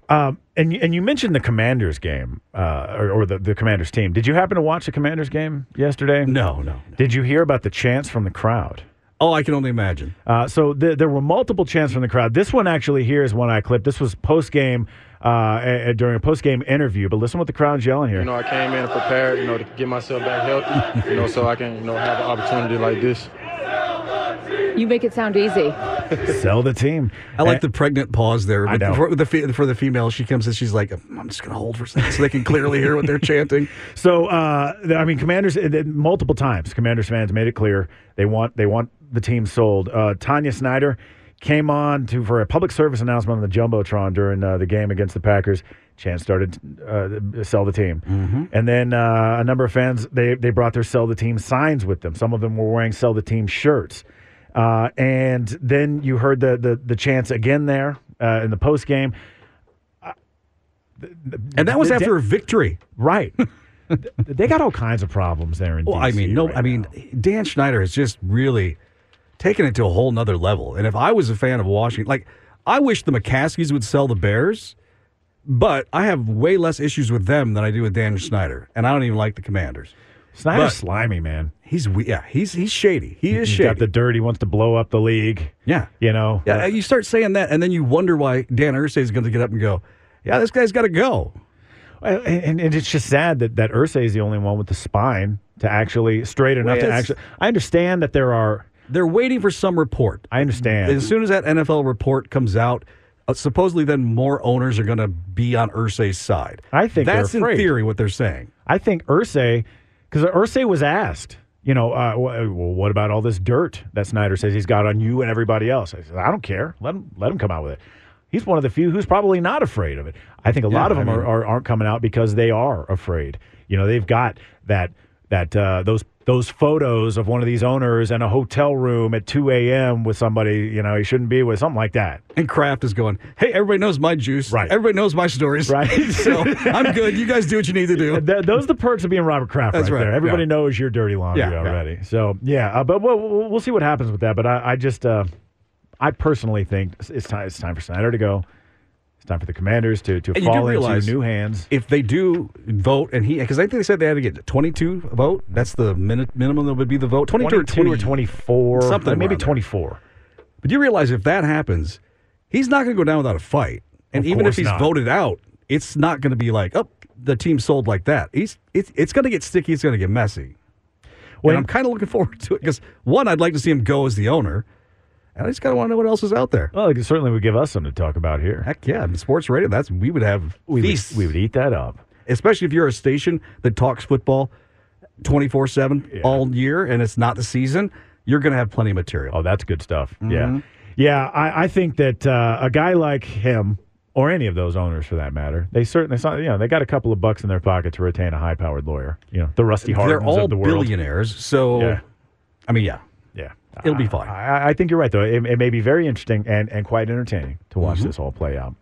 Speaker 2: Um, and you- and you mentioned the Commanders game uh, or, or the, the Commanders team. Did you happen to watch the Commanders game yesterday?
Speaker 3: No, no.
Speaker 2: Did you hear about the chants from the crowd?
Speaker 3: Oh, I can only imagine.
Speaker 2: Uh, so th- there were multiple chants from the crowd. This one actually here is one I clipped. This was post game uh, a- a- during a post game interview. But listen what the crowd's yelling here.
Speaker 8: You know, I came in prepared, you know, to get myself back healthy, you know, so I can, you know, have an opportunity like this.
Speaker 9: You make it sound easy.
Speaker 2: Sell the team.
Speaker 3: I like the pregnant pause there.
Speaker 2: I know.
Speaker 3: For, the, fe- for the female, she comes in, she's like, I'm just going to hold for a second so they can clearly hear *laughs* what they're chanting.
Speaker 2: So uh, th- I mean, Commanders uh, th- multiple times. Commanders fans made it clear they want they want the team sold. Uh, Tanya Snyder came on to for a public service announcement on the jumbotron during uh, the game against the Packers. Chance started uh, sell the team,
Speaker 3: Mm-hmm.
Speaker 2: and then uh, a number of fans they they brought their sell the team signs with them. Some of them were wearing sell the team shirts. Uh, and then you heard the the, the chance again there uh, in the post game.
Speaker 3: And that was
Speaker 2: They-
Speaker 3: after a victory.
Speaker 2: Right. *laughs* Th- they got all kinds of problems there in
Speaker 3: Well, I
Speaker 2: DC
Speaker 3: mean, no,
Speaker 2: right
Speaker 3: I mean,
Speaker 2: now.
Speaker 3: Dan Schneider has just really taken it to a whole nother level. And if I was a fan of Washington, like, I wish the McCaskies would sell the Bears, but I have way less issues with them than I do with Dan Schneider. And I don't even like the Commanders.
Speaker 2: Snyder's
Speaker 3: But-
Speaker 2: slimy, man.
Speaker 3: He's, we- yeah, he's, he's shady. He is
Speaker 2: He's
Speaker 3: shady.
Speaker 2: got the dirt. He wants to blow up the league.
Speaker 3: yeah.
Speaker 2: You know?
Speaker 3: Yeah, you start saying that, and then you wonder why Dan Ursay is going to get up and go, "Yeah, this guy's got to go."
Speaker 2: And, and, and it's just sad that, that Ursay is the only one with the spine to actually, straight enough to
Speaker 3: it's-
Speaker 2: actually. I understand that there are,
Speaker 3: They're waiting for some report.
Speaker 2: I understand.
Speaker 3: As soon as that NFL report comes out, uh, supposedly then more owners are going to be on Ursay's side.
Speaker 2: I think they're
Speaker 3: that's in
Speaker 2: afraid.
Speaker 3: theory what they're saying.
Speaker 2: I think Ursay, because Ursay was asked, you know, uh, wh- well, what about all this dirt that Snyder says he's got on you and everybody else? I said, I don't care. Let him let him come out with it. He's one of the few who's probably not afraid of it. I think a lot of them are, are aren't coming out because they are afraid. You know, they've got that that uh, those those photos of one of these owners in a hotel room at 2 a.m. with somebody you know he shouldn't be with, something like that.
Speaker 3: And Kraft is going, "Hey, everybody knows my juice.
Speaker 2: Right.
Speaker 3: Everybody knows my stories.
Speaker 2: Right.
Speaker 3: *laughs* so I'm good. You guys do what you need to do."
Speaker 2: Th- those are the perks of being Robert Kraft
Speaker 3: That's
Speaker 2: right,
Speaker 3: right,
Speaker 2: there. Everybody
Speaker 3: yeah.
Speaker 2: knows your dirty laundry
Speaker 3: Yeah, yeah.
Speaker 2: already. So, yeah, uh, but we'll, we'll we'll see what happens with that. But I, I just, uh, I personally think it's- it's time, it's time for Snyder to go. It's time for the commanders to, to
Speaker 3: And you do
Speaker 2: fall into
Speaker 3: realize-
Speaker 2: new hands.
Speaker 3: *laughs* If they do vote, and he, because I think they said they had to get 22 vote. That's the minute minimum that would be the vote. 22 or
Speaker 2: 22 or 24.
Speaker 3: Something
Speaker 2: Maybe
Speaker 3: around there.
Speaker 2: 24.
Speaker 3: But you realize if that happens, he's not going to go down without a fight. And
Speaker 2: Of
Speaker 3: even
Speaker 2: course
Speaker 3: if he's
Speaker 2: not.
Speaker 3: voted out, it's not going to be like, oh, the team sold like that. He's it's it's going to get sticky. It's going to get messy. Well,
Speaker 2: Well,
Speaker 3: and I'm kind of looking forward to it because one, I'd like to see him go as the owner, and I just kind of want to know what else is out there.
Speaker 2: Well, it certainly would give us something to talk about here.
Speaker 3: Heck yeah, in sports radio. That's we would have
Speaker 2: We would,
Speaker 3: feasts,
Speaker 2: we would eat that up.
Speaker 3: especially if you're a station that talks football 24 seven all year, and it's not the season. You're going to have plenty of material.
Speaker 2: Oh, that's good stuff.
Speaker 3: Mm-hmm.
Speaker 2: Yeah. Yeah. I, I think that uh, a guy like him, or any of those owners for that matter, they certainly, saw, you know, they got a couple of bucks in their pocket to retain a high powered lawyer. You know, the Rusty
Speaker 3: They're
Speaker 2: Hardens
Speaker 3: all
Speaker 2: of the world.
Speaker 3: billionaires, so
Speaker 2: Yeah.
Speaker 3: I mean, yeah.
Speaker 2: Yeah.
Speaker 3: It'll be fine.
Speaker 2: I, I think you're right, though. It, it may be very interesting and, and quite entertaining to watch
Speaker 3: Mm-hmm.
Speaker 2: this all play out.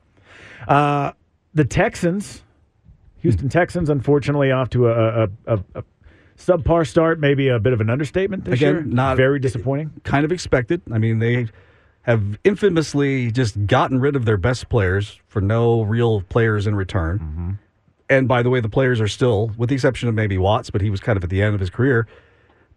Speaker 2: Uh, the Texans, Houston Texans, unfortunately, off to a, a, a, a subpar start, maybe a bit of an understatement this
Speaker 3: Again,
Speaker 2: year.
Speaker 3: not-
Speaker 2: very disappointing.
Speaker 3: kind of expected. I mean, they have infamously just gotten rid of their best players for no real players in return.
Speaker 2: Mm-hmm.
Speaker 3: And by the way, the players are still, with the exception of maybe Watts, but he was kind of at the end of his career.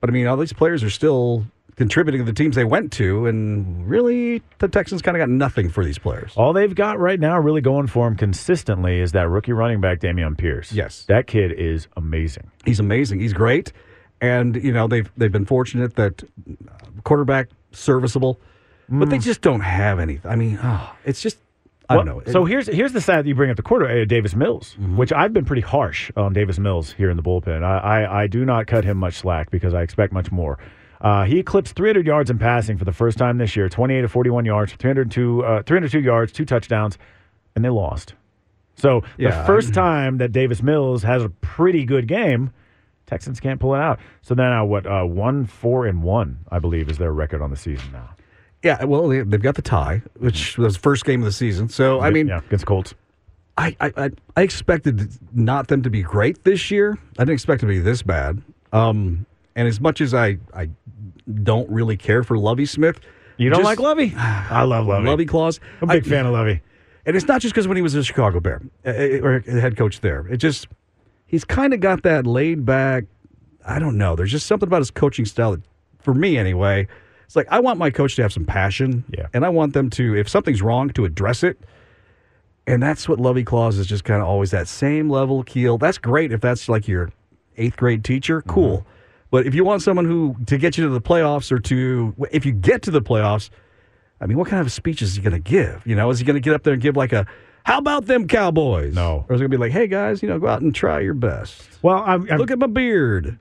Speaker 3: But I mean, all these players are still contributing to the teams they went to, and really, the Texans kind of got nothing for these players.
Speaker 2: All they've got right now really going for them consistently is that rookie running back, Damian Pierce.
Speaker 3: Yes.
Speaker 2: That kid is amazing.
Speaker 3: He's amazing. He's great, and you know they've they've been fortunate that uh, quarterback serviceable, but they just don't have anything. I mean, ah, it's just I don't
Speaker 2: Mm.
Speaker 3: know. Mm-hmm.
Speaker 2: Well, So here's here's the side that you bring up the quarter uh, Davis Mills, which I've been pretty harsh on Davis Mills here in the bullpen. I, I, I do not cut him much slack because I expect much more. Uh, he eclipsed 300 yards in passing for the first time this year, 28 to 41 yards, 302, uh, 302 yards, two touchdowns, and they lost. So
Speaker 3: Yeah,
Speaker 2: the first time that Davis Mills has a pretty good game, Texans can't pull it out. So they're now what uh, one four and one, I believe, is their record on the season now.
Speaker 3: Yeah, well, they- they've got the tie, which was the first game of the season. So, I mean,
Speaker 2: yeah, against the Colts.
Speaker 3: I, I, I- I expected not them to be great this year. I didn't expect it to be this bad. Um, and as much as I, I don't really care for Lovey Smith,
Speaker 2: You don't
Speaker 3: just-
Speaker 2: like
Speaker 3: *sighs*
Speaker 2: Lovey? I love Lovey.
Speaker 3: Lovey Claus.
Speaker 2: I'm a big
Speaker 3: I-
Speaker 2: fan of Lovey.
Speaker 3: And it's not just because when he was a Chicago Bear uh, uh, or a head coach there. It just he's kind of got that laid back. I don't know. There's just something about his coaching style that, for me anyway. It's like I want my coach to have some passion,
Speaker 2: Yeah.
Speaker 3: and I want them to, if something's wrong, to address it. And that's what Lovey Claus is just kind of always that same level keel. That's great if that's like your eighth grade teacher, cool. But if you want someone who to get you to the playoffs or to if you get to the playoffs, I mean, what kind of speech is he going to give? You know, is he going to get up there and give like a "How about them Cowboys"?
Speaker 2: No.
Speaker 3: or is he going to be like, "Hey guys, you know, go out and try your best."
Speaker 2: Well, I'm, I'm,
Speaker 3: Look at
Speaker 2: *laughs*
Speaker 3: my beard.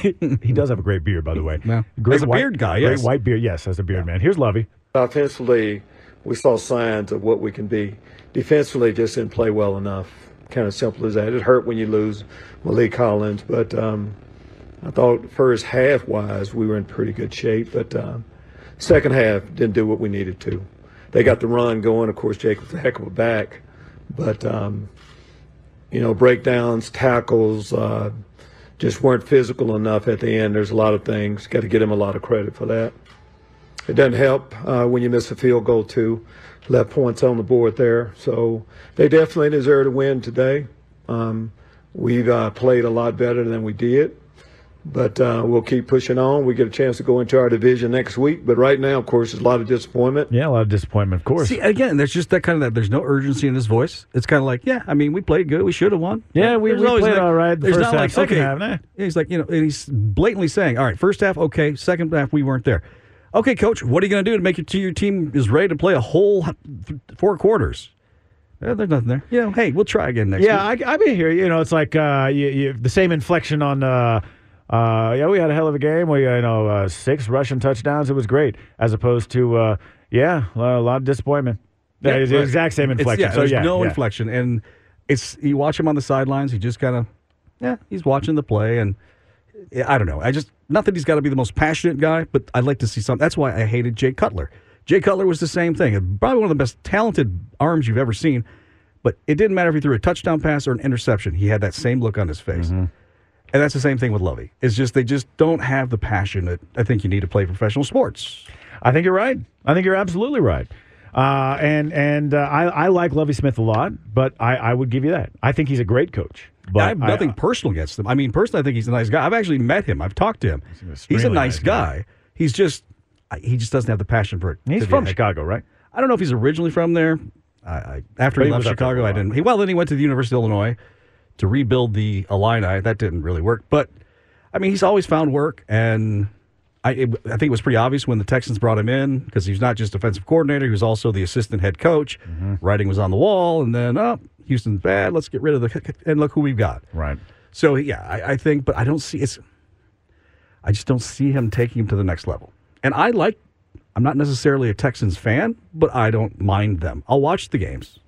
Speaker 2: he does have a great beard, by the way.
Speaker 3: Yeah.
Speaker 2: Great
Speaker 3: As a
Speaker 2: white,
Speaker 3: beard guy,
Speaker 2: great
Speaker 3: yes.
Speaker 2: white beard. Yes, as a beard man. Here's Lovey.
Speaker 10: Offensively, we saw signs of what we can be. Defensively, just didn't play well enough. Kind of simple as that. It hurt when you lose Malik Collins, but um, I thought first half wise we were in pretty good shape, but um, second half didn't do what we needed to. They got the run going. Of course, Jacob's a heck of a back, but um, you know breakdowns, tackles, uh, just weren't physical enough at the end. There's a lot of things. Got to get him a lot of credit for that. It doesn't help uh, when you miss a field goal too. Left points on the board there, so they definitely deserve to win today. Um, we've uh, played a lot better than we did, but uh, we'll keep pushing on. We get a chance to go into our division next week, but right now, of course, there's a lot of disappointment.
Speaker 2: Yeah, a lot of disappointment, of course.
Speaker 3: See, again, there's just that kind of that. There's no urgency in his voice. It's kind of like, yeah, I mean, we played good. We should have won.
Speaker 2: Yeah, we-
Speaker 3: There's
Speaker 2: we
Speaker 3: always
Speaker 2: played all right the
Speaker 3: there's
Speaker 2: first
Speaker 3: not
Speaker 2: half,
Speaker 3: like,
Speaker 2: second
Speaker 3: okay.
Speaker 2: half, nah.
Speaker 3: Yeah, He's like, you know, and he's blatantly saying, all right, first half, okay. Second half, we weren't there. Okay, coach, what are you going to do to make your, to your team is ready to play a whole h- th- four quarters? Yeah, there's nothing there. Yeah, hey, we'll try again next
Speaker 2: Yeah,
Speaker 3: week.
Speaker 2: I, I mean, here, you know, it's like uh, you, you, the same inflection on. Uh, uh, yeah, we had a hell of a game. We, you know, uh, six rushing touchdowns. It was great, as opposed to, uh, yeah, a lot of disappointment. That is the
Speaker 3: right.
Speaker 2: exact same
Speaker 3: It's-
Speaker 2: inflection.
Speaker 3: yeah,
Speaker 2: so
Speaker 3: there's
Speaker 2: yeah,
Speaker 3: no
Speaker 2: yeah.
Speaker 3: inflection, and it's you watch him on the sidelines. He just kind of, yeah, he's watching the play, and yeah, I don't know. I just not that he's got to be the most passionate guy, but I'd like to see something. That's why I hated Jay Cutler. Jay Cutler was the same thing. Probably one of the best talented arms you've ever seen, but it didn't matter if he threw a touchdown pass or an interception. He had that same look on his face.
Speaker 2: Mm-hmm.
Speaker 3: And that's the same thing with Lovey. It's just they just don't have the passion that I think you need to play professional sports.
Speaker 2: I think you're right. I think you're absolutely right. Uh, and and uh, I, I like Lovey Smith a lot, but I, I would give you that. I think he's a great coach. But
Speaker 3: I have nothing personal against him. I mean, personally, I think he's a nice guy. I've actually met him. I've talked to him.
Speaker 2: an
Speaker 3: He's a
Speaker 2: extremely
Speaker 3: nice
Speaker 2: nice guy.
Speaker 3: guy. He's just I- he just doesn't have the passion for it.
Speaker 2: he's
Speaker 3: to be
Speaker 2: from
Speaker 3: a head-
Speaker 2: Chicago, right?
Speaker 3: I don't know if he's originally from there. I, I after he,
Speaker 2: he
Speaker 3: left
Speaker 2: was up there for
Speaker 3: Chicago,
Speaker 2: a
Speaker 3: I
Speaker 2: while.
Speaker 3: didn't. He, well, then he went to the University of Illinois to rebuild the Illini. That didn't really work, but I mean, he's always found work, and I it, I think it was pretty obvious when the Texans brought him in because he was not just defensive coordinator; he was also the assistant head coach.
Speaker 2: Mm-hmm.
Speaker 3: Writing was on the wall, and then oh, Houston's bad. Let's get rid of the and look who we've got.
Speaker 2: Right.
Speaker 3: So yeah, I, I think, but I don't see it's. I just don't see him taking him to the next level. And I like. I'm not necessarily a Texans fan, but I don't mind them. I'll watch the games.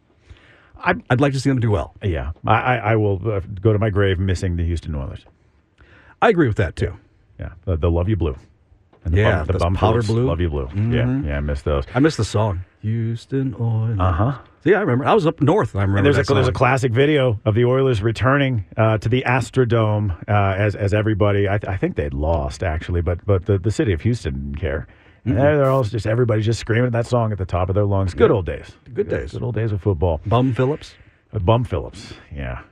Speaker 3: I, I'd like to see them do well.
Speaker 2: Yeah, I, I, I will uh, go to my grave missing the Houston Oilers.
Speaker 3: I agree with that too.
Speaker 2: Yeah, the, the Love You Blue. And
Speaker 3: Yeah,
Speaker 2: the
Speaker 3: those powder
Speaker 2: bullets,
Speaker 3: blue. Mm-hmm.
Speaker 2: Love You Blue. Yeah, yeah, I miss those.
Speaker 3: I miss the song Houston Oilers.
Speaker 2: Uh huh.
Speaker 3: See, I remember. I was up north. And I remember.
Speaker 2: And there's a
Speaker 3: that
Speaker 2: there's a
Speaker 3: song.
Speaker 2: classic video of the Oilers returning uh, to the Astrodome uh, as as everybody. I, th- I think they'd lost actually, but but the, the city of Houston didn't care.
Speaker 3: Mm-hmm.
Speaker 2: And there they're all just everybody's just screaming that song at the top of their lungs. Good old days.
Speaker 3: Good days.
Speaker 2: Good old days of football.
Speaker 3: Bum Phillips.
Speaker 2: Uh, Bum Phillips. Yeah.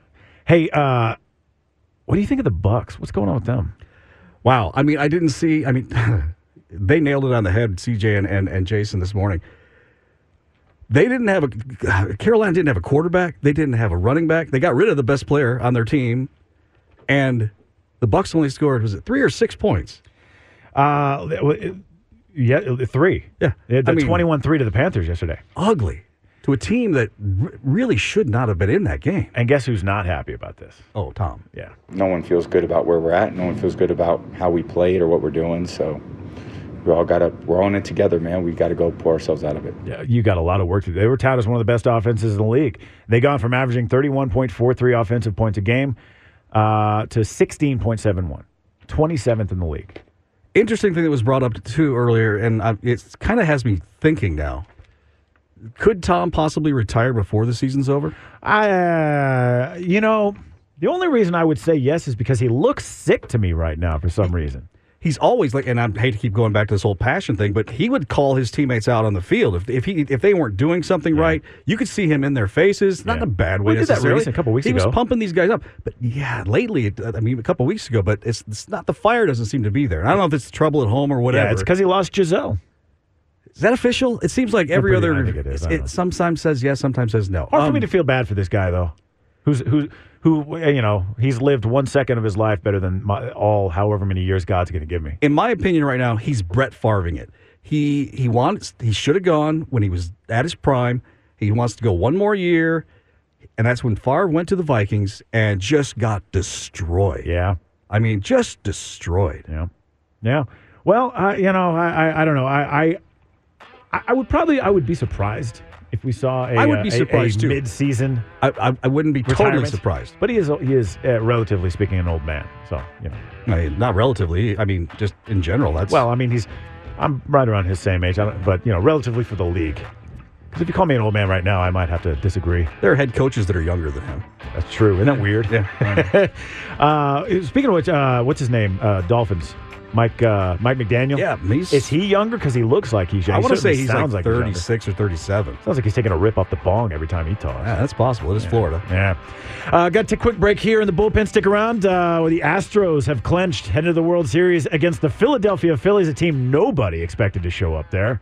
Speaker 2: Hey, uh, what do you think of the Bucks? What's going on with them?
Speaker 3: Wow. I mean, I didn't see. I mean, *laughs* they nailed it on the head, CJ and, and, and Jason this morning. They didn't have a Carolina didn't have a quarterback. They didn't have a running back. They got rid of the best player on their team, and the Bucks only scored was it three or six points?
Speaker 2: Uh, it- it- yeah, it- three.
Speaker 3: Yeah.
Speaker 2: They
Speaker 3: I mean-
Speaker 2: twenty one three to the Panthers yesterday.
Speaker 3: Ugly to a team that r- really should not have been in that game.
Speaker 2: And guess who's not happy about this?
Speaker 3: Oh, Tom.
Speaker 2: Yeah.
Speaker 11: no one feels good about where we're at. No one feels good about how we played or what we're doing. So we all got to, we're on it together, man. We got to go pull ourselves out of it.
Speaker 2: Yeah, you got a lot of work to do. They were touted as one of the best offenses in the league. They gone from averaging 31.43 offensive points a game uh, to 16.71, 27th in the league.
Speaker 3: Interesting thing that was brought up too earlier, and it kind of has me thinking now. Could Tom possibly retire before the season's over?
Speaker 2: I, uh, you know, the only reason I would say yes is because he looks sick to me right now for some reason.
Speaker 3: He's always like, and I hate to keep going back to this whole passion thing, but he would call his teammates out on the field if, if he if they weren't doing something right. You could see him in their faces, not in a bad way.
Speaker 2: We did that
Speaker 3: necessarily.
Speaker 2: recent- a couple weeks
Speaker 3: he
Speaker 2: ago.
Speaker 3: was pumping these guys up, but yeah, lately, it, I mean, a couple weeks ago, but it's, it's not the fire doesn't seem to be there. I don't know if it's trouble at home or *laughs* whatever.
Speaker 2: Yeah, it's because he lost Giselle.
Speaker 3: Is that official? It seems like every
Speaker 2: pretty-
Speaker 3: other.
Speaker 2: I think it is. I
Speaker 3: it's-
Speaker 2: don't
Speaker 3: It,
Speaker 2: know.
Speaker 3: sometimes says yes, sometimes says no.
Speaker 2: Hard for
Speaker 3: Um,
Speaker 2: me to feel bad for this guy though, who's who who you know he's lived one second of his life better than my, all however many years God's going to give me.
Speaker 3: in my opinion, right now, he's Brett Farving it. He he wants he should have gone when he was at his prime. He wants to go one more year, and that's when Favre went to the Vikings and just got destroyed.
Speaker 2: Yeah,
Speaker 3: I mean, just destroyed.
Speaker 2: Yeah, yeah. Well, I, you know, I, I I don't know. I I I- I would probably I would be surprised if we saw a
Speaker 3: I would
Speaker 2: uh,
Speaker 3: be
Speaker 2: a-
Speaker 3: surprised,
Speaker 2: a,
Speaker 3: too.
Speaker 2: mid-season.
Speaker 3: I I, I wouldn't be totally
Speaker 2: retirement.
Speaker 3: surprised.
Speaker 2: But he is he is uh, relatively speaking an old man. So you know.
Speaker 3: I mean, not relatively. I mean, just in general. That's
Speaker 2: Well, I mean he's I'm right around his same age, I don't, but you know, relatively for the league. Because if you call me an old man right now, I might have to disagree.
Speaker 3: there are head coaches that are younger than him.
Speaker 2: That's true. Isn't that weird? *laughs* Yeah. uh, speaking of which, uh, what's his name? Uh, Dolphins. Mike uh, Mike McDaniel.
Speaker 3: Yeah, he's-
Speaker 2: is he younger? Because he looks like he's.
Speaker 3: I
Speaker 2: he
Speaker 3: want to say
Speaker 2: certainly
Speaker 3: he's
Speaker 2: sounds
Speaker 3: like,
Speaker 2: he's younger.
Speaker 3: 36 or 37.
Speaker 2: Sounds like he's taking a rip off the bong every time he talks.
Speaker 3: Yeah, that's possible. It is Florida.
Speaker 2: Yeah. Uh, got to take a quick break here in the bullpen. Stick around. Uh, where the Astros have clinched, headed to the World Series against the Philadelphia Phillies, a team nobody expected to show up there.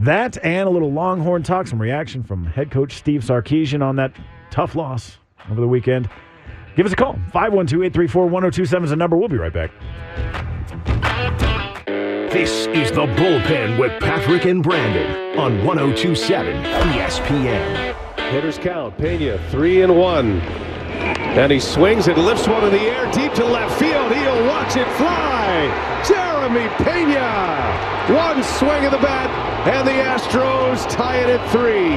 Speaker 2: That and a little Longhorn talk, some reaction from head coach Steve Sarkeesian on that tough loss over the weekend. Give us a call. 512 834 1027 is the number. We'll be right back.
Speaker 1: This is the bullpen with Patrick and Brandon on 1027 ESPN.
Speaker 12: Hitters count. Pena, three and one. And he swings and lifts one in the air deep to left field. He'll watch it fly. Jeremy Pena. One swing of the bat, and the Astros tie it at three.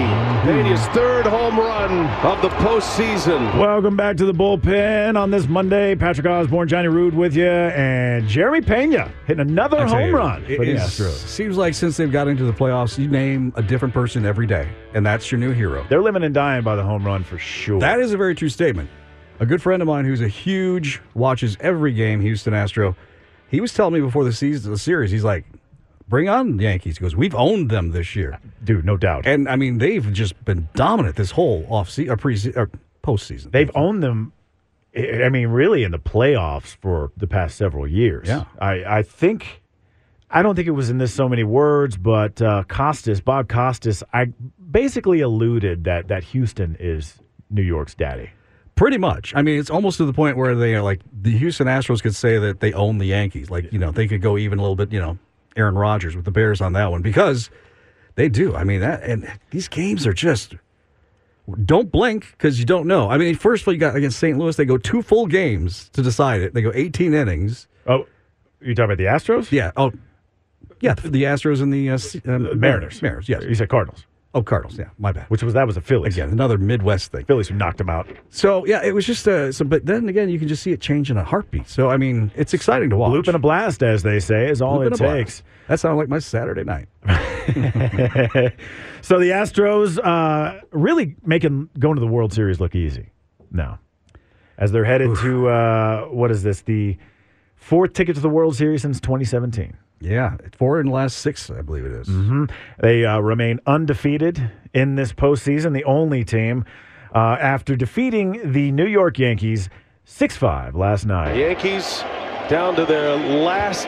Speaker 12: Pena's third home run of the postseason.
Speaker 2: Welcome back to the bullpen on this Monday. Patrick Osborne, Johnny Rude with you, and Jeremy Pena hitting another
Speaker 3: I tell
Speaker 2: home
Speaker 3: you,
Speaker 2: run
Speaker 3: it
Speaker 2: for the
Speaker 3: is-
Speaker 2: Astros.
Speaker 3: Seems like since they've got into the playoffs, you name a different person every day, and that's your new hero.
Speaker 2: They're living and dying by the home run for sure.
Speaker 3: That is a very true statement. A good friend of mine who's a huge watches every game Houston Astro, he was telling me before the season the series, he's like, "Bring on the Yankees." He goes, "We've owned them this year,
Speaker 2: dude, no doubt."
Speaker 3: And I mean, they've just been dominant this whole off season or pre or uh, postseason.
Speaker 2: They've owned them. I I mean, really, in the playoffs for the past several years.
Speaker 3: Yeah.
Speaker 2: I, I think, I don't think it was in this so many words, but uh, Costas, Bob Costas, I basically alluded that that Houston is New York's daddy.
Speaker 3: Pretty much. I mean, it's almost to the point where they are like the Houston Astros could say that they own the Yankees. Like, you know, they could go even a little bit, you know, Aaron Rodgers with the Bears on that one because they do. I mean, that and these games are just don't blink because you don't know. I mean, first of all, you got against St. Louis, they go two full games to decide it. They go 18 innings.
Speaker 2: Oh, you talking about the Astros?
Speaker 3: Yeah. Oh, yeah. The, the Astros and the uh, C- um,
Speaker 2: Mariners.
Speaker 3: Mariners, yes.
Speaker 2: You said Cardinals,
Speaker 3: Oh, Cardinals. Yeah. My bad.
Speaker 2: which was that was the Phillies.
Speaker 3: Again, another Midwest thing.
Speaker 2: Phillies who knocked them out.
Speaker 3: So yeah, it was just uh, so. But then again, you can just see it change in a heartbeat. So I mean, it's exciting to watch.
Speaker 2: Bloop and a blast, as they say, is all
Speaker 3: Bloop
Speaker 2: it
Speaker 3: and a blast.
Speaker 2: takes.
Speaker 3: That sounded like my Saturday
Speaker 2: *laughs*
Speaker 3: night.
Speaker 2: so the Astros uh, really making going to the World Series look easy now, as they're headed to uh, what is this the fourth ticket to the World Series since 2017.
Speaker 3: Yeah, four in the last six, I believe it is.
Speaker 2: They uh, remain undefeated in this postseason, the only team uh, after defeating the New York Yankees six five last night.
Speaker 12: Yankees down to their last